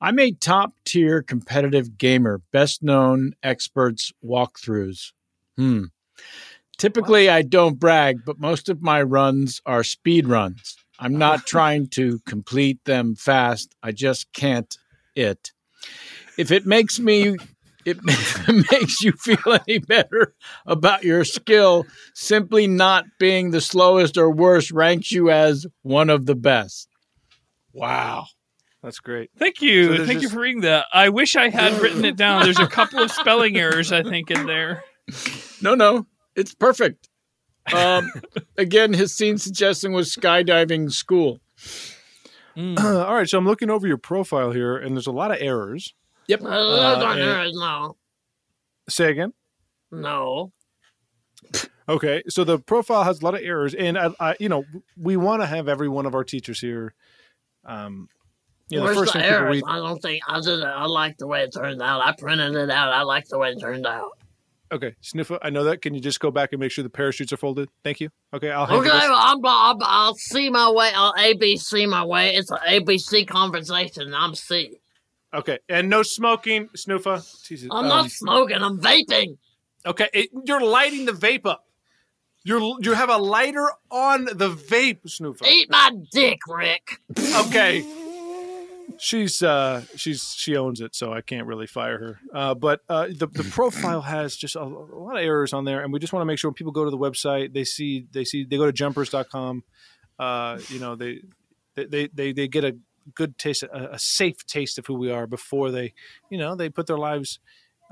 [SPEAKER 2] I'm a top tier competitive gamer, best known experts walkthroughs. Hmm. Typically, I don't brag, but most of my runs are speed runs. I'm not trying to complete them fast. I just can't it. If it makes me, it makes you feel any better about your skill, simply not being the slowest or worst ranks you as one of the best. Wow.
[SPEAKER 7] That's great.
[SPEAKER 3] Thank you.
[SPEAKER 7] So there's
[SPEAKER 3] Thank you
[SPEAKER 7] just-
[SPEAKER 3] for reading that. I wish I had written it down. There's a couple of spelling errors, I think, in there.
[SPEAKER 2] No, no, it's perfect. Um, again, his scene suggestion was skydiving school.
[SPEAKER 7] All right, so I'm looking over your profile here, and there's a lot of errors.
[SPEAKER 2] Yep.
[SPEAKER 7] Uh,
[SPEAKER 16] on
[SPEAKER 7] and-
[SPEAKER 16] errors now.
[SPEAKER 7] Say again.
[SPEAKER 16] No.
[SPEAKER 7] Okay, so the profile has a lot of errors, and I, I you know, we want to have every one of our teachers here. Um, you know,
[SPEAKER 16] Where's
[SPEAKER 7] the first
[SPEAKER 16] the
[SPEAKER 7] thing people
[SPEAKER 16] errors?
[SPEAKER 7] read.
[SPEAKER 16] I don't think I did. I like the way it turned out. I printed it out. I like the way it turned out.
[SPEAKER 7] Okay, Sniffa, I know that. Can you just go back and make sure the parachutes are folded? Thank you. Okay, I'll. Handle
[SPEAKER 16] Okay,
[SPEAKER 7] this.
[SPEAKER 16] I'm, I'm, I'll see my way. I'll ABC my way. It's an ABC conversation. I'm C.
[SPEAKER 7] Okay, and no smoking, Snoofa. Jesus,
[SPEAKER 16] I'm
[SPEAKER 7] um,
[SPEAKER 16] not smoking. I'm vaping.
[SPEAKER 7] Okay, it, you're lighting the vape up. You're you have a lighter on the vape, Snoofa.
[SPEAKER 16] Eat my dick, Rick.
[SPEAKER 7] okay. She's uh she's she owns it, so I can't really fire her. Uh, but uh, the the profile has just a, a lot of errors on there, and we just want to make sure when people go to the website, they see they see they go to jumpers.com. Uh, you know they they- they they they get a good taste, a, a safe taste of who we are before they you know they put their lives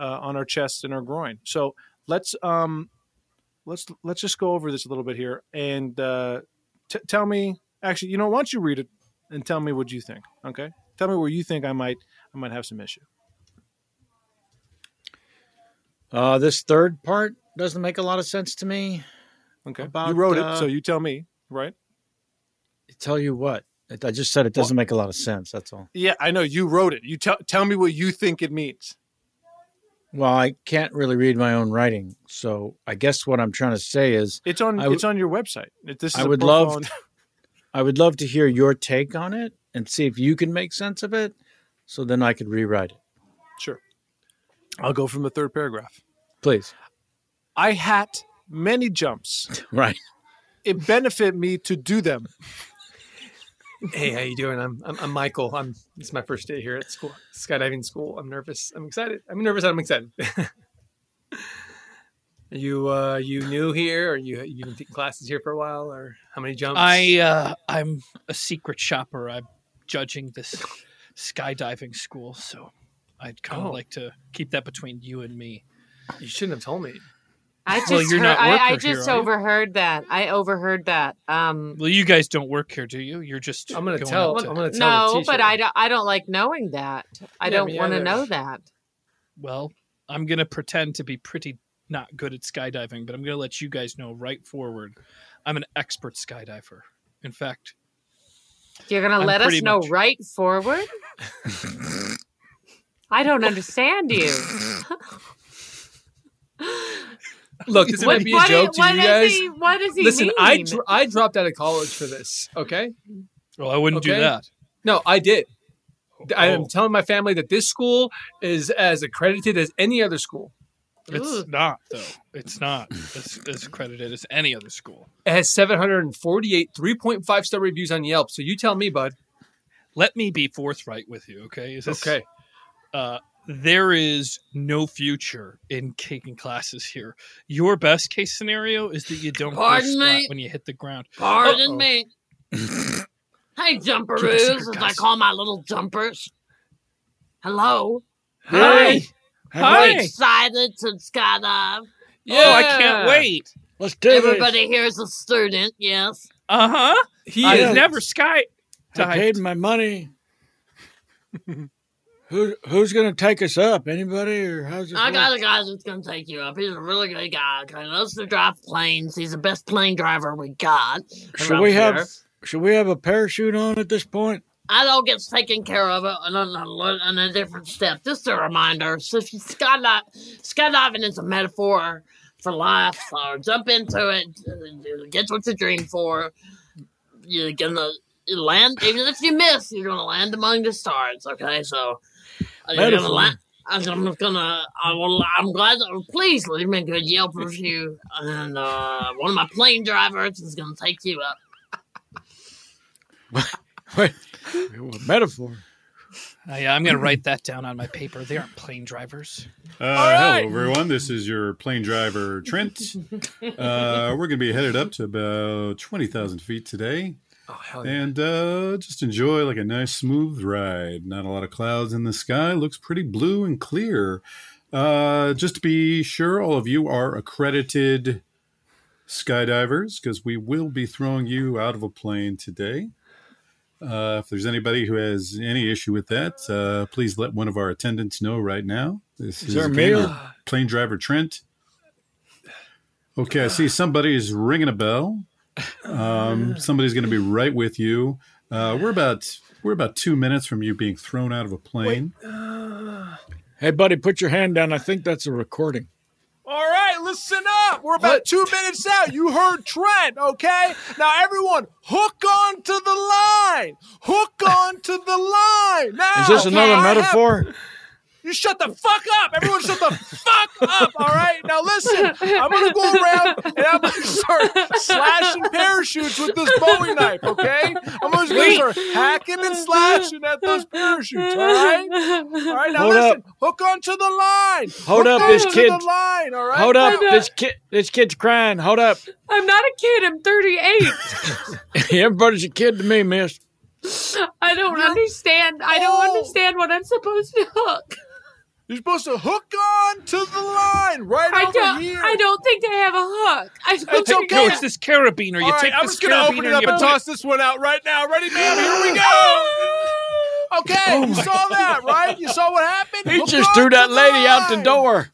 [SPEAKER 7] uh, on our chest and our groin. So let's um let's let's just go over this a little bit here and uh, t- tell me. Actually, you know, why don't you read it and tell me what you think? Okay, tell me where you think I might I might have some issue.
[SPEAKER 2] Uh, this third part doesn't make a lot of sense to me.
[SPEAKER 7] Okay,
[SPEAKER 2] About,
[SPEAKER 7] you wrote
[SPEAKER 2] uh,
[SPEAKER 7] it, so you tell me, right?
[SPEAKER 2] Tell you what, It- I just said it doesn't make a lot of sense. That's all.
[SPEAKER 7] Yeah, I know you wrote it. You tell tell me what you think it means.
[SPEAKER 2] Well, I can't really read my own writing, so I guess what I'm trying to say is
[SPEAKER 7] It's on
[SPEAKER 2] I w-
[SPEAKER 7] it's on your website. It- This is
[SPEAKER 2] I
[SPEAKER 7] a
[SPEAKER 2] would
[SPEAKER 7] profile
[SPEAKER 2] love,
[SPEAKER 7] on-
[SPEAKER 2] I would love to hear your take on it and see if you can make sense of it, so then I could rewrite it.
[SPEAKER 7] Sure. I'll go from the third paragraph.
[SPEAKER 2] Please.
[SPEAKER 7] I hat many jumps.
[SPEAKER 2] Right.
[SPEAKER 7] It benefit me to do them.
[SPEAKER 8] Hey, how you doing? I'm, I'm I'm Michael. I'm it's my first day here at school, skydiving school. I'm nervous. I'm excited. I'm nervous. and I'm excited. Are you uh you new here, or you you've been taking classes here for a while, or how many jumps?
[SPEAKER 3] I uh, I'm a secret shopper. I'm judging this skydiving school, so I'd kind of
[SPEAKER 8] Oh.
[SPEAKER 3] like to keep that between you and me.
[SPEAKER 8] You shouldn't have told me.
[SPEAKER 4] I just
[SPEAKER 3] Well, you're
[SPEAKER 4] heard,
[SPEAKER 3] not
[SPEAKER 4] I, I
[SPEAKER 3] worker here,
[SPEAKER 4] just
[SPEAKER 3] are you?
[SPEAKER 4] overheard that. I overheard that. Um,
[SPEAKER 3] Well, you guys don't work here, do you? You're just I'm gonna
[SPEAKER 8] tell- I'm gonna
[SPEAKER 4] no, but I don't. I don't like knowing that. I
[SPEAKER 3] Yeah,
[SPEAKER 4] don't
[SPEAKER 3] me
[SPEAKER 4] want to
[SPEAKER 3] either.
[SPEAKER 4] know that.
[SPEAKER 3] Well, I'm gonna pretend to be pretty not good at skydiving, but I'm gonna let you guys know right forward. I'm an expert skydiver. In fact,
[SPEAKER 4] You're gonna
[SPEAKER 3] I'm
[SPEAKER 4] let us
[SPEAKER 3] pretty
[SPEAKER 4] know
[SPEAKER 3] much-
[SPEAKER 4] right forward. I don't understand you.
[SPEAKER 8] Look, this
[SPEAKER 4] What-
[SPEAKER 8] might be a
[SPEAKER 4] what
[SPEAKER 8] joke
[SPEAKER 4] is-
[SPEAKER 8] to
[SPEAKER 4] what
[SPEAKER 8] you
[SPEAKER 4] does
[SPEAKER 8] guys.
[SPEAKER 4] he- what does he
[SPEAKER 8] Listen, I
[SPEAKER 4] mean?
[SPEAKER 8] dr- I dropped out of college for this. Okay.
[SPEAKER 3] Well, I wouldn't Oh.
[SPEAKER 8] do that. No, I did. I am telling my family that this school is as accredited as any other school.
[SPEAKER 3] it's not though. It's not as, as accredited as any other school.
[SPEAKER 8] It has 748 3.5 star reviews on Yelp. So you tell me, bud.
[SPEAKER 3] Let me be forthright with you, okay? Is this
[SPEAKER 8] Okay.
[SPEAKER 3] Uh, there is no future in taking classes here. Your best case scenario is that you don't go
[SPEAKER 16] Pardon
[SPEAKER 3] flat
[SPEAKER 16] me?
[SPEAKER 3] when you hit the ground.
[SPEAKER 16] Pardon
[SPEAKER 3] Uh-oh.
[SPEAKER 16] me. hey,
[SPEAKER 3] Keep it secret,
[SPEAKER 16] jumperoos, as I
[SPEAKER 3] guys.
[SPEAKER 16] call my little jumpers. Hello.
[SPEAKER 3] Hey.
[SPEAKER 16] Are you
[SPEAKER 3] Hi.
[SPEAKER 16] excited to skydive?
[SPEAKER 3] Yeah. Oh, I can't wait. Let's do this.
[SPEAKER 16] Everybody here is a student, yes.
[SPEAKER 3] Uh huh.
[SPEAKER 16] He
[SPEAKER 3] I
[SPEAKER 16] is.
[SPEAKER 3] never sky.
[SPEAKER 11] I paid my money. Who who's gonna take us up? Anybody or how's it?
[SPEAKER 16] I got a guy that's gonna take you up. He's a really good guy. Okay, loves to drive planes. He's the best plane driver we got.
[SPEAKER 11] Should
[SPEAKER 16] around
[SPEAKER 11] we
[SPEAKER 16] here.
[SPEAKER 11] have should we have a parachute on at this point?
[SPEAKER 16] That all gets taken care of on a, on a- on a different step. Just a reminder. So if you skydive, skydiving is a metaphor for life. So jump into it. uh, Get what you dream for. You're gonna you land. Even if you miss, you're gonna land among the stars. Okay, so uh, you're gonna
[SPEAKER 11] Metaphor.
[SPEAKER 16] land. I'm just gonna. I will. I'm glad. Please leave me a good Yelp review, and uh, one of my plane drivers is gonna take you up.
[SPEAKER 11] Wait, metaphor.
[SPEAKER 3] Oh, yeah, I'm gonna write that down on my paper. They aren't plane drivers.
[SPEAKER 5] Uh,
[SPEAKER 3] right.
[SPEAKER 5] Hello, everyone. This is your plane driver, Trent. Uh, we're going to be headed up to about 20,000 feet today. Oh, hell And uh, just enjoy like a nice smooth ride. Not a lot of clouds in the sky. Looks pretty blue and clear. Uh, just to be sure, all of you are accredited skydivers because we will be throwing you out of a plane today. Uh, if there's anybody who has any issue with that, uh, please let one of our attendants know right now. This
[SPEAKER 11] Is
[SPEAKER 5] is,
[SPEAKER 11] there a
[SPEAKER 5] again
[SPEAKER 11] meal?
[SPEAKER 5] our plane driver Trent. Okay, I see somebody's ringing a bell. Um, somebody's going to be right with you. Uh, we're about we're about two minutes from you being thrown out of a plane.
[SPEAKER 11] Hey, buddy, put your hand down. I think that's a recording.
[SPEAKER 12] All right, listen up. We're about two minutes out. You heard Trent, okay? Now, everyone, hook on to the line. Hook on to the line.
[SPEAKER 7] Ah,
[SPEAKER 12] Now,
[SPEAKER 11] Is this another
[SPEAKER 12] I have-
[SPEAKER 11] metaphor?
[SPEAKER 12] you shut the fuck up. Everyone, shut the fuck up. All right. Now, listen, I'm going to go around and I'm going to start slashing parachutes with this Bowie knife, okay? I'm going to
[SPEAKER 18] Wait.
[SPEAKER 12] start hacking and slashing at those parachutes, all right? All right. Now,
[SPEAKER 11] Hold
[SPEAKER 12] listen, hook on to the line.
[SPEAKER 11] Hold
[SPEAKER 12] hook
[SPEAKER 11] up,
[SPEAKER 12] on
[SPEAKER 11] this
[SPEAKER 12] to
[SPEAKER 11] kid-
[SPEAKER 12] the line, all right?
[SPEAKER 11] Hold up,
[SPEAKER 4] I'm not-
[SPEAKER 11] this kid, this kid's crying. Hold up,
[SPEAKER 4] I'm not a kid. I'm 38.
[SPEAKER 11] everybody's a kid to me, Miss.
[SPEAKER 4] I don't understand. I don't understand what I'm supposed to hook.
[SPEAKER 12] Oh. You're supposed to hook on to the line right
[SPEAKER 4] I
[SPEAKER 12] over
[SPEAKER 4] don't,
[SPEAKER 12] here.
[SPEAKER 4] I don't think they have a hook. I don't
[SPEAKER 12] It's
[SPEAKER 4] think
[SPEAKER 12] okay.
[SPEAKER 4] they
[SPEAKER 12] No, it's
[SPEAKER 4] have-
[SPEAKER 3] This carabiner, you
[SPEAKER 12] All right,
[SPEAKER 3] take
[SPEAKER 12] I'm
[SPEAKER 3] this
[SPEAKER 12] just gonna
[SPEAKER 3] carabiner
[SPEAKER 12] open it up
[SPEAKER 3] you
[SPEAKER 12] and
[SPEAKER 3] put
[SPEAKER 12] toss this one out right now. Ready, man? Here we go. Okay,
[SPEAKER 3] Oh
[SPEAKER 12] you saw that, right? You saw what happened.
[SPEAKER 11] He
[SPEAKER 12] Hook
[SPEAKER 11] just
[SPEAKER 12] on
[SPEAKER 11] threw
[SPEAKER 12] to
[SPEAKER 11] that
[SPEAKER 12] the
[SPEAKER 11] lady out the
[SPEAKER 12] line.
[SPEAKER 11] door.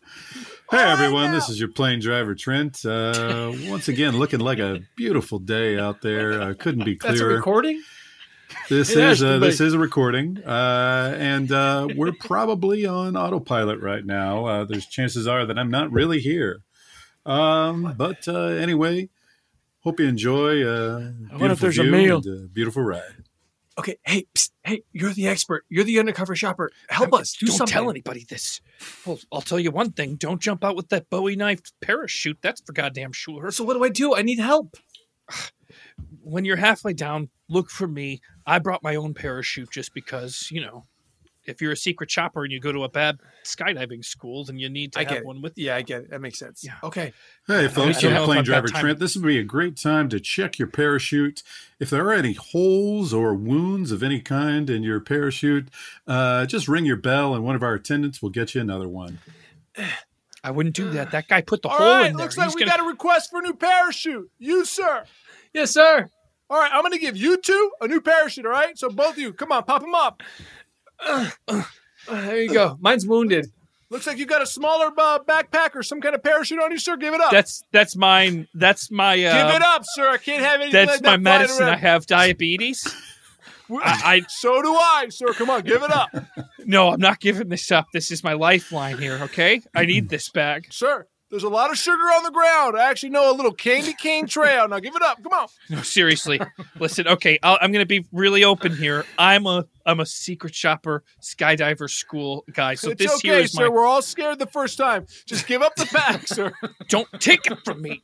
[SPEAKER 5] Hey everyone, this is your plane driver Trent. Uh, once again, looking like a beautiful day out there. Uh, couldn't be clearer.
[SPEAKER 8] That's a recording?
[SPEAKER 5] This
[SPEAKER 8] It has
[SPEAKER 5] is
[SPEAKER 8] to
[SPEAKER 5] uh,
[SPEAKER 8] be.
[SPEAKER 5] this is a recording, uh, and uh, we're probably on autopilot right now. Uh, there's chances are that I'm not really here, um, but uh, anyway, hope you enjoy. Uh,
[SPEAKER 8] wonder if
[SPEAKER 5] beautiful
[SPEAKER 8] there's a
[SPEAKER 5] view
[SPEAKER 8] meal.
[SPEAKER 5] and, uh, beautiful ride.
[SPEAKER 8] Okay, hey, psst, hey, you're the expert. You're the undercover shopper. Help us. Do
[SPEAKER 3] don't
[SPEAKER 8] something.
[SPEAKER 3] tell anybody this. Well, I'll tell you one thing: don't jump out with that Bowie knife parachute. That's for goddamn sure.
[SPEAKER 8] So what do I do? I need help.
[SPEAKER 3] When you're halfway down, look for me. I brought my own parachute just because you know, if you're a secret shopper and you go to a bad skydiving school, then you need to
[SPEAKER 8] I
[SPEAKER 3] have
[SPEAKER 8] get it.
[SPEAKER 3] one with.
[SPEAKER 8] Yeah, I get it. That makes sense. Okay.
[SPEAKER 5] Hey,
[SPEAKER 3] I
[SPEAKER 5] folks,
[SPEAKER 3] don't know
[SPEAKER 5] I'm
[SPEAKER 3] if
[SPEAKER 5] plane
[SPEAKER 3] I've got
[SPEAKER 5] driver
[SPEAKER 3] time.
[SPEAKER 5] Trent. This would be a great time to check your parachute. If there are any holes or wounds of any kind in your parachute, uh, just ring your bell and one of our attendants will get you another one.
[SPEAKER 3] I wouldn't do that. That guy put the
[SPEAKER 12] All
[SPEAKER 3] hole
[SPEAKER 12] right,
[SPEAKER 3] in there.
[SPEAKER 12] looks like
[SPEAKER 3] He's
[SPEAKER 12] we
[SPEAKER 3] gonna-
[SPEAKER 12] got a request for a new parachute. You, sir.
[SPEAKER 8] Yes, sir.
[SPEAKER 12] All right, I'm going to give you two a new parachute, all right? So both of you, come on, pop them up.
[SPEAKER 8] Uh, there you go. Mine's wounded.
[SPEAKER 12] Looks like you got a smaller uh, backpack or some kind of parachute on you, sir. Give it up.
[SPEAKER 3] That's that's mine. That's my. Uh,
[SPEAKER 12] Give it up, sir. I can't have anything
[SPEAKER 3] That's
[SPEAKER 12] like that
[SPEAKER 3] my
[SPEAKER 12] flying
[SPEAKER 3] medicine.
[SPEAKER 12] around.
[SPEAKER 3] I have diabetes. I, I
[SPEAKER 12] so do I, sir. Come on, give it up,
[SPEAKER 3] No, I'm not giving this up. This is my lifeline here. Okay, I need this bag.
[SPEAKER 12] sir. There's a lot of sugar on the ground. I actually know a little candy cane trail. Now give it up. Come on.
[SPEAKER 3] No, seriously. Listen, okay, I'll, I'm going to be really open here. I'm a I'm a secret shopper, skydiver school guy. So
[SPEAKER 12] it's
[SPEAKER 3] this
[SPEAKER 12] okay,
[SPEAKER 3] here is
[SPEAKER 12] sir.
[SPEAKER 3] my.
[SPEAKER 12] We're all scared the first time. Just give up the pack, sir.
[SPEAKER 3] Don't take it from me.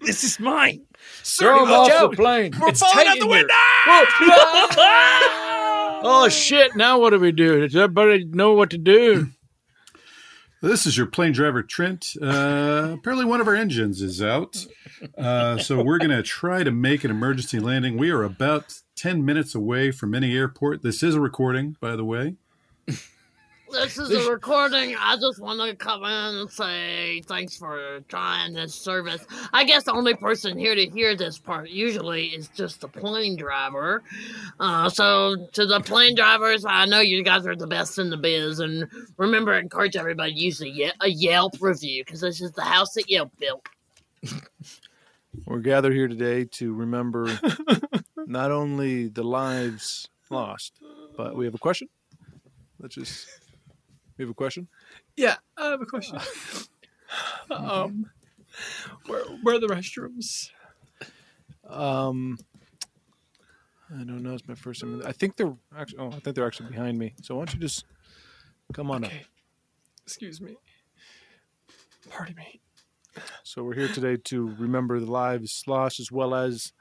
[SPEAKER 3] This is mine.
[SPEAKER 12] Sir,
[SPEAKER 11] Throw him
[SPEAKER 12] watch
[SPEAKER 11] off
[SPEAKER 12] out.
[SPEAKER 11] the plane.
[SPEAKER 12] We're falling out the window.
[SPEAKER 11] Oh shit! Now what do we do? Does everybody know what to do?
[SPEAKER 5] This is your plane driver, Trent. Uh, apparently, one of our engines is out. Uh, so, we're going to try to make an emergency landing. We are about 10 minutes away from any airport. This is a recording, by the way.
[SPEAKER 16] This is a recording. I just want to come in and say thanks for trying this service. I guess the only person here to hear this part usually is just the plane driver. Uh, so, to the plane drivers, I know you guys are the best in the biz. And remember, encourage everybody to use a, Ye- a Yelp review because this is the house that Yelp built.
[SPEAKER 7] We're gathered here today to remember not only the lives lost, but we have a question. Let's just. We have a question.
[SPEAKER 8] Yeah, I have a question. um, where, where are the restrooms?
[SPEAKER 7] Um, I don't know. It's my first time. I think they're actually. Oh, I think they're actually behind me. So why don't you just come on up?
[SPEAKER 8] Excuse me. Pardon me.
[SPEAKER 7] So we're here today to remember the lives lost, as well as,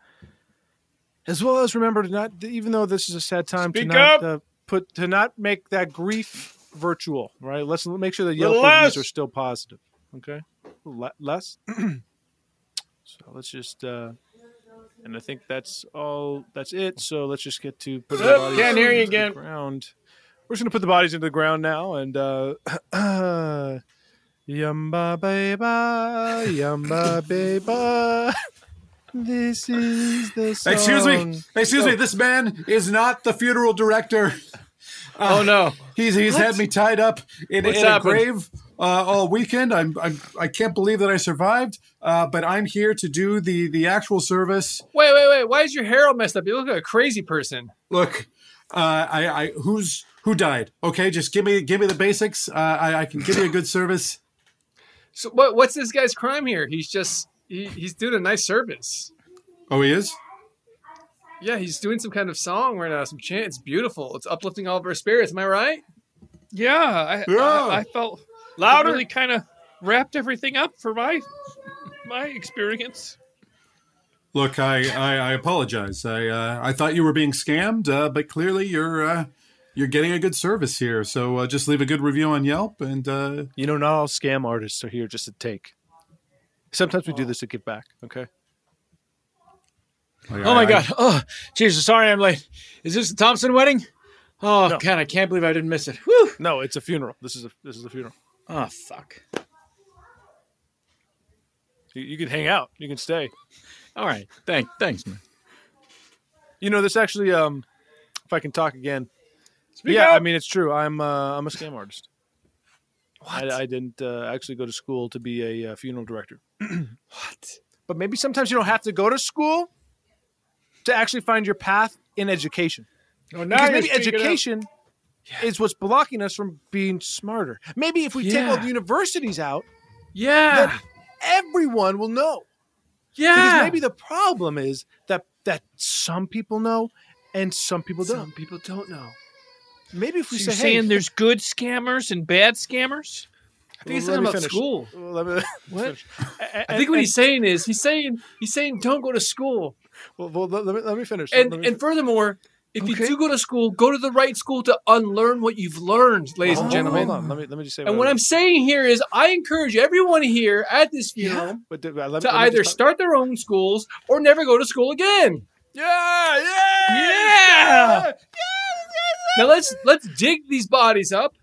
[SPEAKER 7] as well as remember to not. Even though this is a sad time,
[SPEAKER 8] Speak
[SPEAKER 7] to not uh,
[SPEAKER 8] up!
[SPEAKER 7] put to not make that grief virtual. Right. Let's make sure the Yelp
[SPEAKER 8] Little
[SPEAKER 7] reviews
[SPEAKER 8] less!
[SPEAKER 7] are still positive. Okay. Le- less. so let's just. uh and I think that's all. That's it. So let's just get to put
[SPEAKER 8] Oop,
[SPEAKER 7] the bodies
[SPEAKER 8] can't hear you
[SPEAKER 7] into the
[SPEAKER 8] again.
[SPEAKER 7] Ground. We're just gonna put the bodies into the ground now, and uh, yumba baby, yumba baby. This is the song.
[SPEAKER 5] Excuse me. Excuse me.
[SPEAKER 7] Oh,
[SPEAKER 5] This man is not the funeral director. Uh,
[SPEAKER 8] Oh, no.
[SPEAKER 5] He's he's had
[SPEAKER 8] What?
[SPEAKER 5] me tied up in,
[SPEAKER 8] What's
[SPEAKER 5] in a
[SPEAKER 8] happened?
[SPEAKER 5] grave uh, all weekend. I'm, I'm I can't believe that I survived. Uh, but I'm here to do the the actual service.
[SPEAKER 8] Wait, wait, wait. Why is your hair all messed up? You look like a crazy person.
[SPEAKER 5] Look, uh, I I who's who died? Okay, just give me give me the basics. Uh, I I can give you a good service.
[SPEAKER 8] So what? What's this guy's crime here? He's just he, he's doing a nice service.
[SPEAKER 5] Oh, he is.
[SPEAKER 8] Yeah, he's doing some kind of song right now, some chant. It's beautiful. It's uplifting all of our spirits. Am I right?
[SPEAKER 3] Yeah, I,
[SPEAKER 8] Yeah.
[SPEAKER 3] I, I felt
[SPEAKER 8] Louder.
[SPEAKER 3] it Really kind of wrapped everything up for my my experience.
[SPEAKER 5] Look, I I, I apologize. I uh, I thought you were being scammed, uh, but clearly you're uh, you're getting a good service here. So uh, just leave a good review on Yelp, and uh,
[SPEAKER 7] you know not all scam artists are here just to take. Sometimes we do this to give back. Okay.
[SPEAKER 5] Oh
[SPEAKER 2] Oh my god. Oh, Jesus. Sorry, I'm late. Is this the Thompson wedding? Oh God, I can't believe I didn't miss it. Whew.
[SPEAKER 7] No, it's a funeral. This is a this is a funeral.
[SPEAKER 2] Oh fuck.
[SPEAKER 7] You, you can hang out. You can stay.
[SPEAKER 2] All right. Thank thanks, man.
[SPEAKER 7] You know, this actually, um, if I can talk again.
[SPEAKER 8] Speak
[SPEAKER 7] yeah, I
[SPEAKER 8] up.
[SPEAKER 7] mean, it's true. I'm uh, I'm a scam artist. I, I didn't uh, actually go to school to be a uh, funeral director. what? But maybe sometimes you don't have to go to school to actually find your path in education.
[SPEAKER 8] Oh,
[SPEAKER 7] because maybe education is what's blocking us from being smarter. Maybe if we take all
[SPEAKER 8] Yeah.
[SPEAKER 7] the universities out,
[SPEAKER 8] yeah,
[SPEAKER 7] everyone will know.
[SPEAKER 8] Yeah,
[SPEAKER 7] because maybe the problem is that that some people know and some people don't. Some
[SPEAKER 8] people don't know.
[SPEAKER 7] Maybe if we say,
[SPEAKER 3] So you're
[SPEAKER 7] hey,
[SPEAKER 3] saying there's good scammers and bad scammers.
[SPEAKER 7] I think he's Well, let talking me about finish. school.
[SPEAKER 8] What? I think what he's saying is he's saying he's saying don't go to school.
[SPEAKER 7] Well, well let, me, let me finish.
[SPEAKER 8] And
[SPEAKER 7] Let me-
[SPEAKER 8] and furthermore, if you do go to school, go to the right school to unlearn what you've learned, ladies
[SPEAKER 7] Hold
[SPEAKER 8] and
[SPEAKER 7] on,
[SPEAKER 8] gentlemen.
[SPEAKER 7] Oh, hold on. Let me let me just say.
[SPEAKER 8] And what I'm saying here is, I encourage everyone here at this funeral
[SPEAKER 7] But did- uh, let me-
[SPEAKER 8] to
[SPEAKER 7] let me
[SPEAKER 8] either
[SPEAKER 7] just-
[SPEAKER 8] start their own schools or never go to school again.
[SPEAKER 7] Yeah, yeah,
[SPEAKER 8] yeah. Now let's let's dig these bodies up,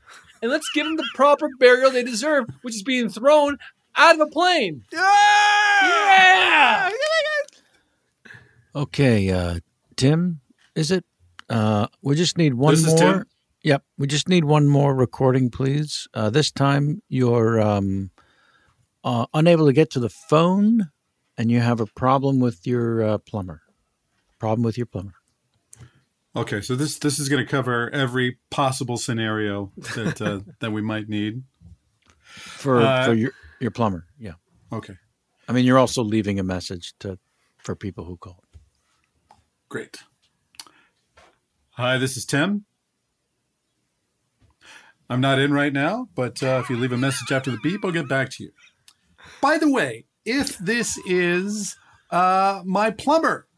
[SPEAKER 8] and let's give them the proper burial they deserve, which is being thrown out of a plane. Yeah.
[SPEAKER 15] Okay, uh, Tim, is it? Uh, we just need one
[SPEAKER 2] This
[SPEAKER 15] more.
[SPEAKER 2] is Tim?
[SPEAKER 15] Yep, we just need one more recording, please. Uh, this time you're um, uh, unable to get to the phone, and you have a problem with your uh, plumber. Problem with your plumber.
[SPEAKER 5] okay, so this this is going to cover every possible scenario that uh, that we might need
[SPEAKER 15] for
[SPEAKER 5] Uh,
[SPEAKER 15] for your your plumber. Yeah.
[SPEAKER 5] Okay.
[SPEAKER 15] I mean, you're also leaving a message to for people who call.
[SPEAKER 5] Great. Hi, this is Tim. I'm not in right now, but uh, if you leave a message after the beep, I'll get back to you. By the way, if this is uh, my plumber,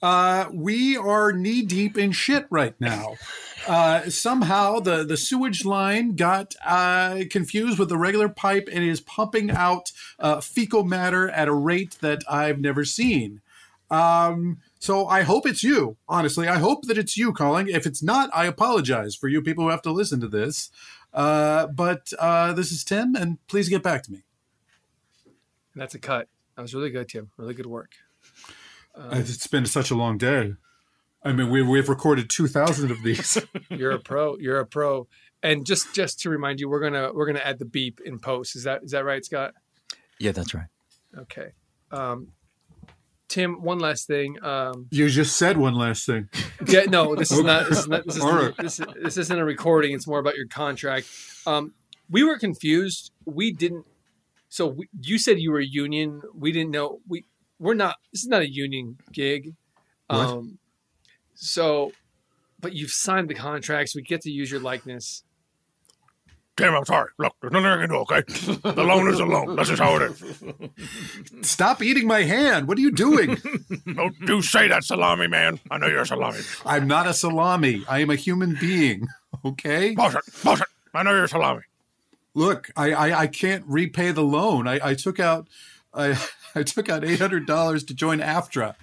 [SPEAKER 5] uh, we are knee deep in shit right now. Uh, somehow the, the sewage line got uh, confused with the regular pipe and is pumping out uh, fecal matter at a rate that I've never seen. Um, so I hope it's you, honestly. I hope that it's you calling. If it's not, I apologize for you people who have to listen to this. Uh, but uh, this is Tim, and please get back to me.
[SPEAKER 8] That's a cut. That was really good, Tim. Really good work. Uh,
[SPEAKER 5] It's been such a long day. I mean, we, we've recorded 2,000 of these.
[SPEAKER 8] you're a pro. You're a pro. And just just to remind you, we're gonna we're gonna add the beep in post. Is that is that right, Scott?
[SPEAKER 15] Yeah, that's right.
[SPEAKER 8] Okay. Um, Tim, one last thing. Um,
[SPEAKER 5] you just said one last thing.
[SPEAKER 8] yeah, no, this is
[SPEAKER 5] Okay.
[SPEAKER 8] not. This is not. This, is,
[SPEAKER 5] All right.
[SPEAKER 8] this, is- this isn't a recording. It's more about your contract. Um, we were confused. We didn't. So we, you said you were a union. We didn't know. We we're not. This is not a union gig.
[SPEAKER 5] What?
[SPEAKER 8] Um, so, but you've signed the contracts. We get to use your likeness.
[SPEAKER 10] Tim, I'm sorry. Look, there's nothing I can do, okay? The loan is a loan. That's just how it is.
[SPEAKER 5] Stop eating my hand. What are you doing?
[SPEAKER 10] Don't you say that, salami man. I know you're a salami.
[SPEAKER 5] I'm not a salami. I am a human being. Okay?
[SPEAKER 10] Bullshit. Bullshit. I know you're a salami.
[SPEAKER 5] Look, I, I, I can't repay the loan. I, I took out I, I took out eight hundred dollars to join AFTRA.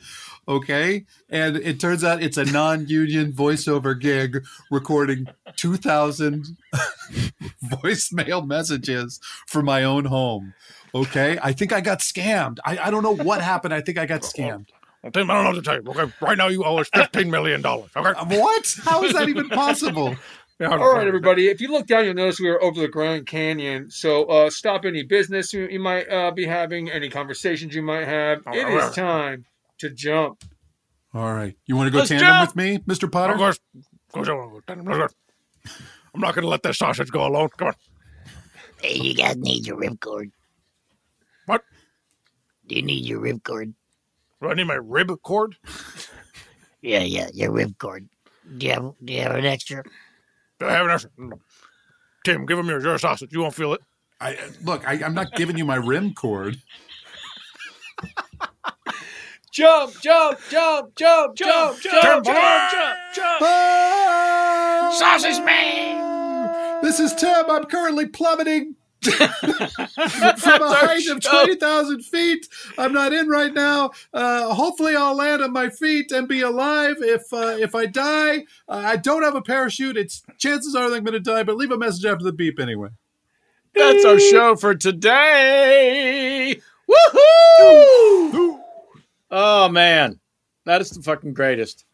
[SPEAKER 5] Okay. And it turns out it's a non union voiceover gig recording two thousand voicemail messages from my own home. Okay. I think I got scammed. I, I don't know what happened. I think I got scammed.
[SPEAKER 10] Well, Tim, I don't know what to tell you, okay? Right now, you owe us $15 million, okay?
[SPEAKER 5] What? How is that even possible?
[SPEAKER 8] All right, everybody. If you look down, you'll notice we are over the Grand Canyon. So uh, stop any business you, you might uh, be having, any conversations you might have. It is time to jump.
[SPEAKER 5] All right. You want to go
[SPEAKER 8] Let's
[SPEAKER 5] tandem
[SPEAKER 8] jump!
[SPEAKER 5] with me, Mr. Potter?
[SPEAKER 10] Of course. Of course I want to go. Tim, look, look. I'm not going to let this sausage go alone. Come on.
[SPEAKER 17] Hey, you guys need your ripcord.
[SPEAKER 10] What?
[SPEAKER 17] Do you need your ripcord?
[SPEAKER 10] Do I need my rib cord?
[SPEAKER 17] Yeah, yeah, your ripcord. Do you have Do you have an extra?
[SPEAKER 10] Do I have an extra? No. Tim, give him your, your sausage. You won't feel it.
[SPEAKER 5] I Look, I, I'm not giving you my rim cord.
[SPEAKER 8] Jump, jump, jump, jump, jump,
[SPEAKER 12] jump, jump,
[SPEAKER 8] jump, jump.
[SPEAKER 12] Sausage
[SPEAKER 5] man. This is Tim. I'm currently plummeting from a
[SPEAKER 12] our
[SPEAKER 5] height of
[SPEAKER 12] show.
[SPEAKER 5] twenty thousand feet. I'm not in right now. Uh, hopefully, I'll land on my feet and be alive. If uh, if I die, uh, I don't have a parachute. It's chances are that I'm going to die. But leave a message after the beep anyway.
[SPEAKER 7] That's our show for today. Woohoo!
[SPEAKER 2] Oh man, that is the fucking greatest.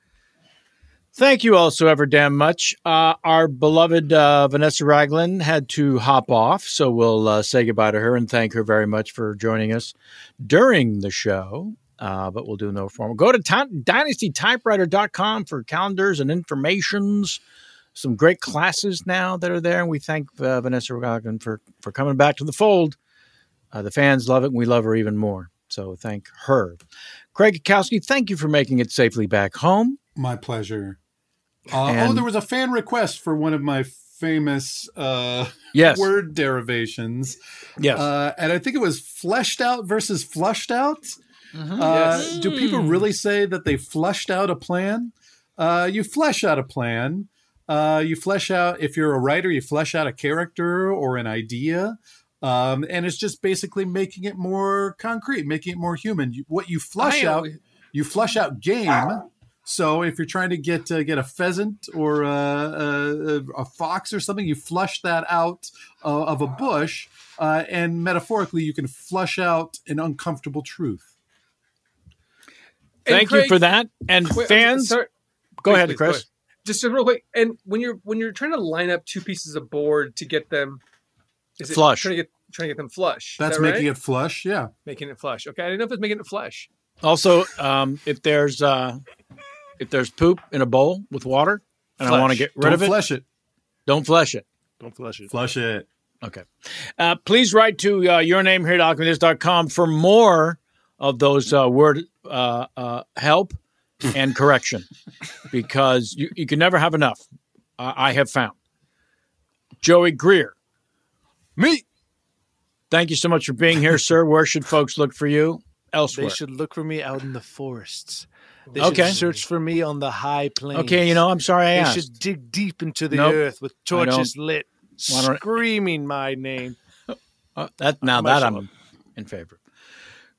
[SPEAKER 2] Thank you all so ever damn much. Uh, our beloved uh, Vanessa Raglan had to hop off, so we'll uh, say goodbye to her and thank her very much for joining us during the show. Uh, but we'll do no formal. Go to t- dynastytypewriter.com for calendars and informations. Some great classes now that are there, and we thank uh, Vanessa Raglan for for coming back to the fold. Uh, the fans love it, and we love her even more. So thank her. Craig Kowski, thank you for making it safely back home.
[SPEAKER 5] My pleasure. Uh, oh, there was a fan request for one of my famous uh,
[SPEAKER 2] Yes.
[SPEAKER 5] word derivations.
[SPEAKER 2] Yes.
[SPEAKER 5] Uh, and I think it was fleshed out versus flushed out. Uh, Do people
[SPEAKER 2] Hmm.
[SPEAKER 5] really say that they flushed out a plan? Uh, you flesh out a plan. Uh, you flesh out, if you're a writer, you flesh out a character or an idea. Um, and it's just basically making it more concrete, making it more human. You, what you flush
[SPEAKER 8] I
[SPEAKER 5] out,
[SPEAKER 8] always-
[SPEAKER 5] you flush out game. So if you're trying to get uh, get a pheasant or a, a, a fox or something, you flush that out uh, of a bush, uh, and metaphorically, you can flush out an uncomfortable truth.
[SPEAKER 8] And
[SPEAKER 2] Thank you
[SPEAKER 8] Craig-
[SPEAKER 2] for that. And
[SPEAKER 8] Wait, I'm
[SPEAKER 2] fans,
[SPEAKER 8] sorry.
[SPEAKER 2] go
[SPEAKER 8] Please,
[SPEAKER 2] ahead,
[SPEAKER 8] please,
[SPEAKER 2] Chris.
[SPEAKER 8] ahead. Just real quick, and when you're when you're trying to line up two pieces of board to get them is it
[SPEAKER 2] Flush.
[SPEAKER 8] trying to get trying to get them flush. Is
[SPEAKER 5] That's
[SPEAKER 8] that
[SPEAKER 5] making
[SPEAKER 8] right?
[SPEAKER 5] it flush. Yeah.
[SPEAKER 8] making it flush. Okay, I didn't know if it's making it flush.
[SPEAKER 2] Also, um, if there's uh, if there's poop in a bowl with water, and I
[SPEAKER 8] Flush.
[SPEAKER 2] want to get rid
[SPEAKER 5] Don't
[SPEAKER 2] of it,
[SPEAKER 5] flush it.
[SPEAKER 2] Don't flush it.
[SPEAKER 7] Don't flush it.
[SPEAKER 5] Flush it.
[SPEAKER 2] Okay. Uh, please write to uh, your name here at alchemist.com for more of those uh, word uh, uh, help and correction because you, you can never have enough. Uh, I have found. Joey Greer. Me. Thank you so much for being here, sir. Where should folks look for you elsewhere.
[SPEAKER 7] They should look for me out in the forests. They
[SPEAKER 2] Okay.
[SPEAKER 7] should search for me on the high plains.
[SPEAKER 2] Okay, you know, I'm sorry I
[SPEAKER 7] they
[SPEAKER 2] asked.
[SPEAKER 7] should dig deep into the
[SPEAKER 2] Nope.
[SPEAKER 7] earth with
[SPEAKER 2] I don't-
[SPEAKER 7] torches lit,
[SPEAKER 2] Why don't-
[SPEAKER 7] screaming my name.
[SPEAKER 2] Uh, that now
[SPEAKER 7] I might
[SPEAKER 2] that
[SPEAKER 7] show
[SPEAKER 2] I'm in favor. of.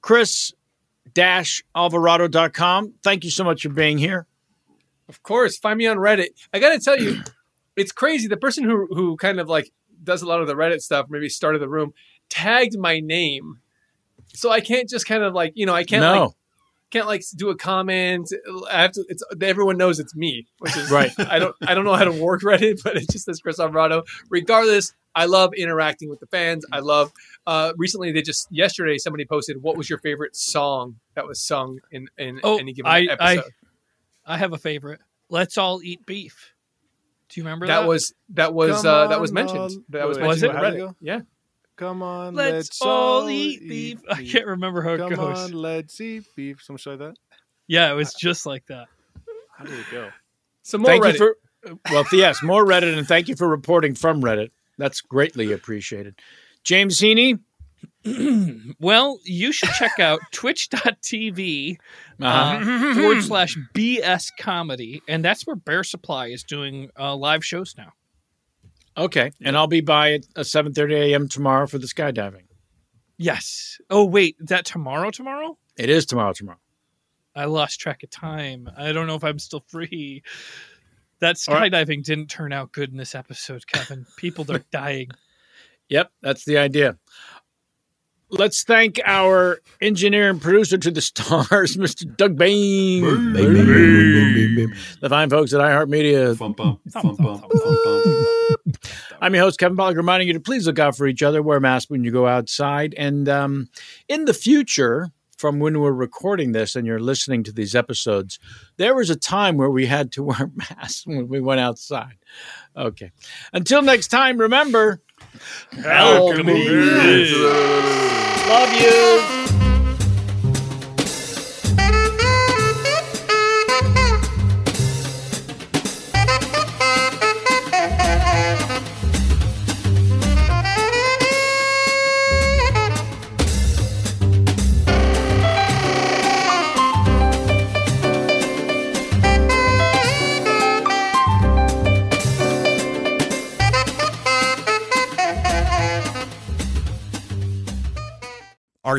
[SPEAKER 2] Chris dash alvarado.com. Thank you so much for being here.
[SPEAKER 8] Of course, find me on Reddit. I gotta tell you, it's crazy. The person who who kind of like does a lot of the Reddit stuff, maybe started the room, tagged my name, so I can't just kind of like you know I can't
[SPEAKER 2] No.
[SPEAKER 8] like can't like do a comment. I have to. It's everyone knows it's me, which is
[SPEAKER 2] Right.
[SPEAKER 8] I don't I don't know how to work Reddit, but it just says Chris Alvarado. Regardless, I love interacting with the fans. I love. Uh, recently, they just yesterday somebody posted what was your favorite song that was sung in in
[SPEAKER 3] Oh,
[SPEAKER 8] any given
[SPEAKER 3] I,
[SPEAKER 8] episode.
[SPEAKER 3] I, I have a favorite. Let's all eat beef. Do you remember that?
[SPEAKER 8] That was- that was,
[SPEAKER 3] Come
[SPEAKER 8] uh, that was
[SPEAKER 3] on,
[SPEAKER 8] mentioned.
[SPEAKER 3] all-
[SPEAKER 8] That was
[SPEAKER 3] was it?
[SPEAKER 8] mentioned in Reddit. Yeah.
[SPEAKER 7] Come on,
[SPEAKER 3] Let's
[SPEAKER 7] let's,
[SPEAKER 3] all eat beef. I can't remember how it
[SPEAKER 7] Come
[SPEAKER 3] goes.
[SPEAKER 7] on, let's eat beef. Something like that.
[SPEAKER 3] Yeah, it was just like that.
[SPEAKER 7] How did it go?
[SPEAKER 8] Some
[SPEAKER 2] thank you for well, yes, more Reddit, and thank you for reporting from Reddit. That's greatly appreciated. James Heaney,
[SPEAKER 3] well, you should check out twitch.tv uh,
[SPEAKER 2] Uh-huh.
[SPEAKER 3] forward slash BS comedy. And that's where Bear Supply is doing uh, live shows now.
[SPEAKER 2] okay, and I'll be by at uh, 7:30 a.m. tomorrow for the skydiving.
[SPEAKER 3] Yes. Oh, wait, is that tomorrow? Tomorrow?
[SPEAKER 2] It is tomorrow. Tomorrow.
[SPEAKER 3] I lost track of time. I don't know if I'm still free. That
[SPEAKER 2] All right.
[SPEAKER 3] skydiving didn't turn out good in this episode, Kevin. People are dying.
[SPEAKER 2] Yep, that's the idea. Let's thank our engineer and producer to the stars, Mr. Doug Bain. Bain, Bain, Bain, Bain, Bain. The fine folks at iHeartMedia. I'm your host, Kevin Pollak, reminding you to please look out for each other, wear masks when you go outside. And um, in the future, from when we're recording this and you're listening to these episodes, there was a time where we had to wear masks when we went outside. Okay. Until next time, remember.
[SPEAKER 12] Alchemy is-
[SPEAKER 2] Love you.
[SPEAKER 19] Are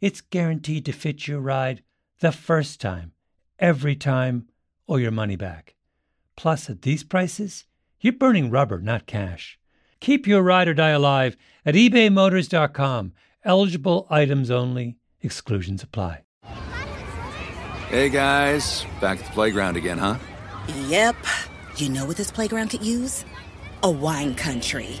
[SPEAKER 20] it's guaranteed to fit your ride the first time, every time, or your money back. Plus, at these prices, you're burning rubber, not cash. Keep your ride or die alive at ebaymotors.com. Eligible items only, exclusions apply.
[SPEAKER 21] Hey guys, back at the playground again, huh?
[SPEAKER 14] Yep.
[SPEAKER 12] You know what this playground could use? A wine country.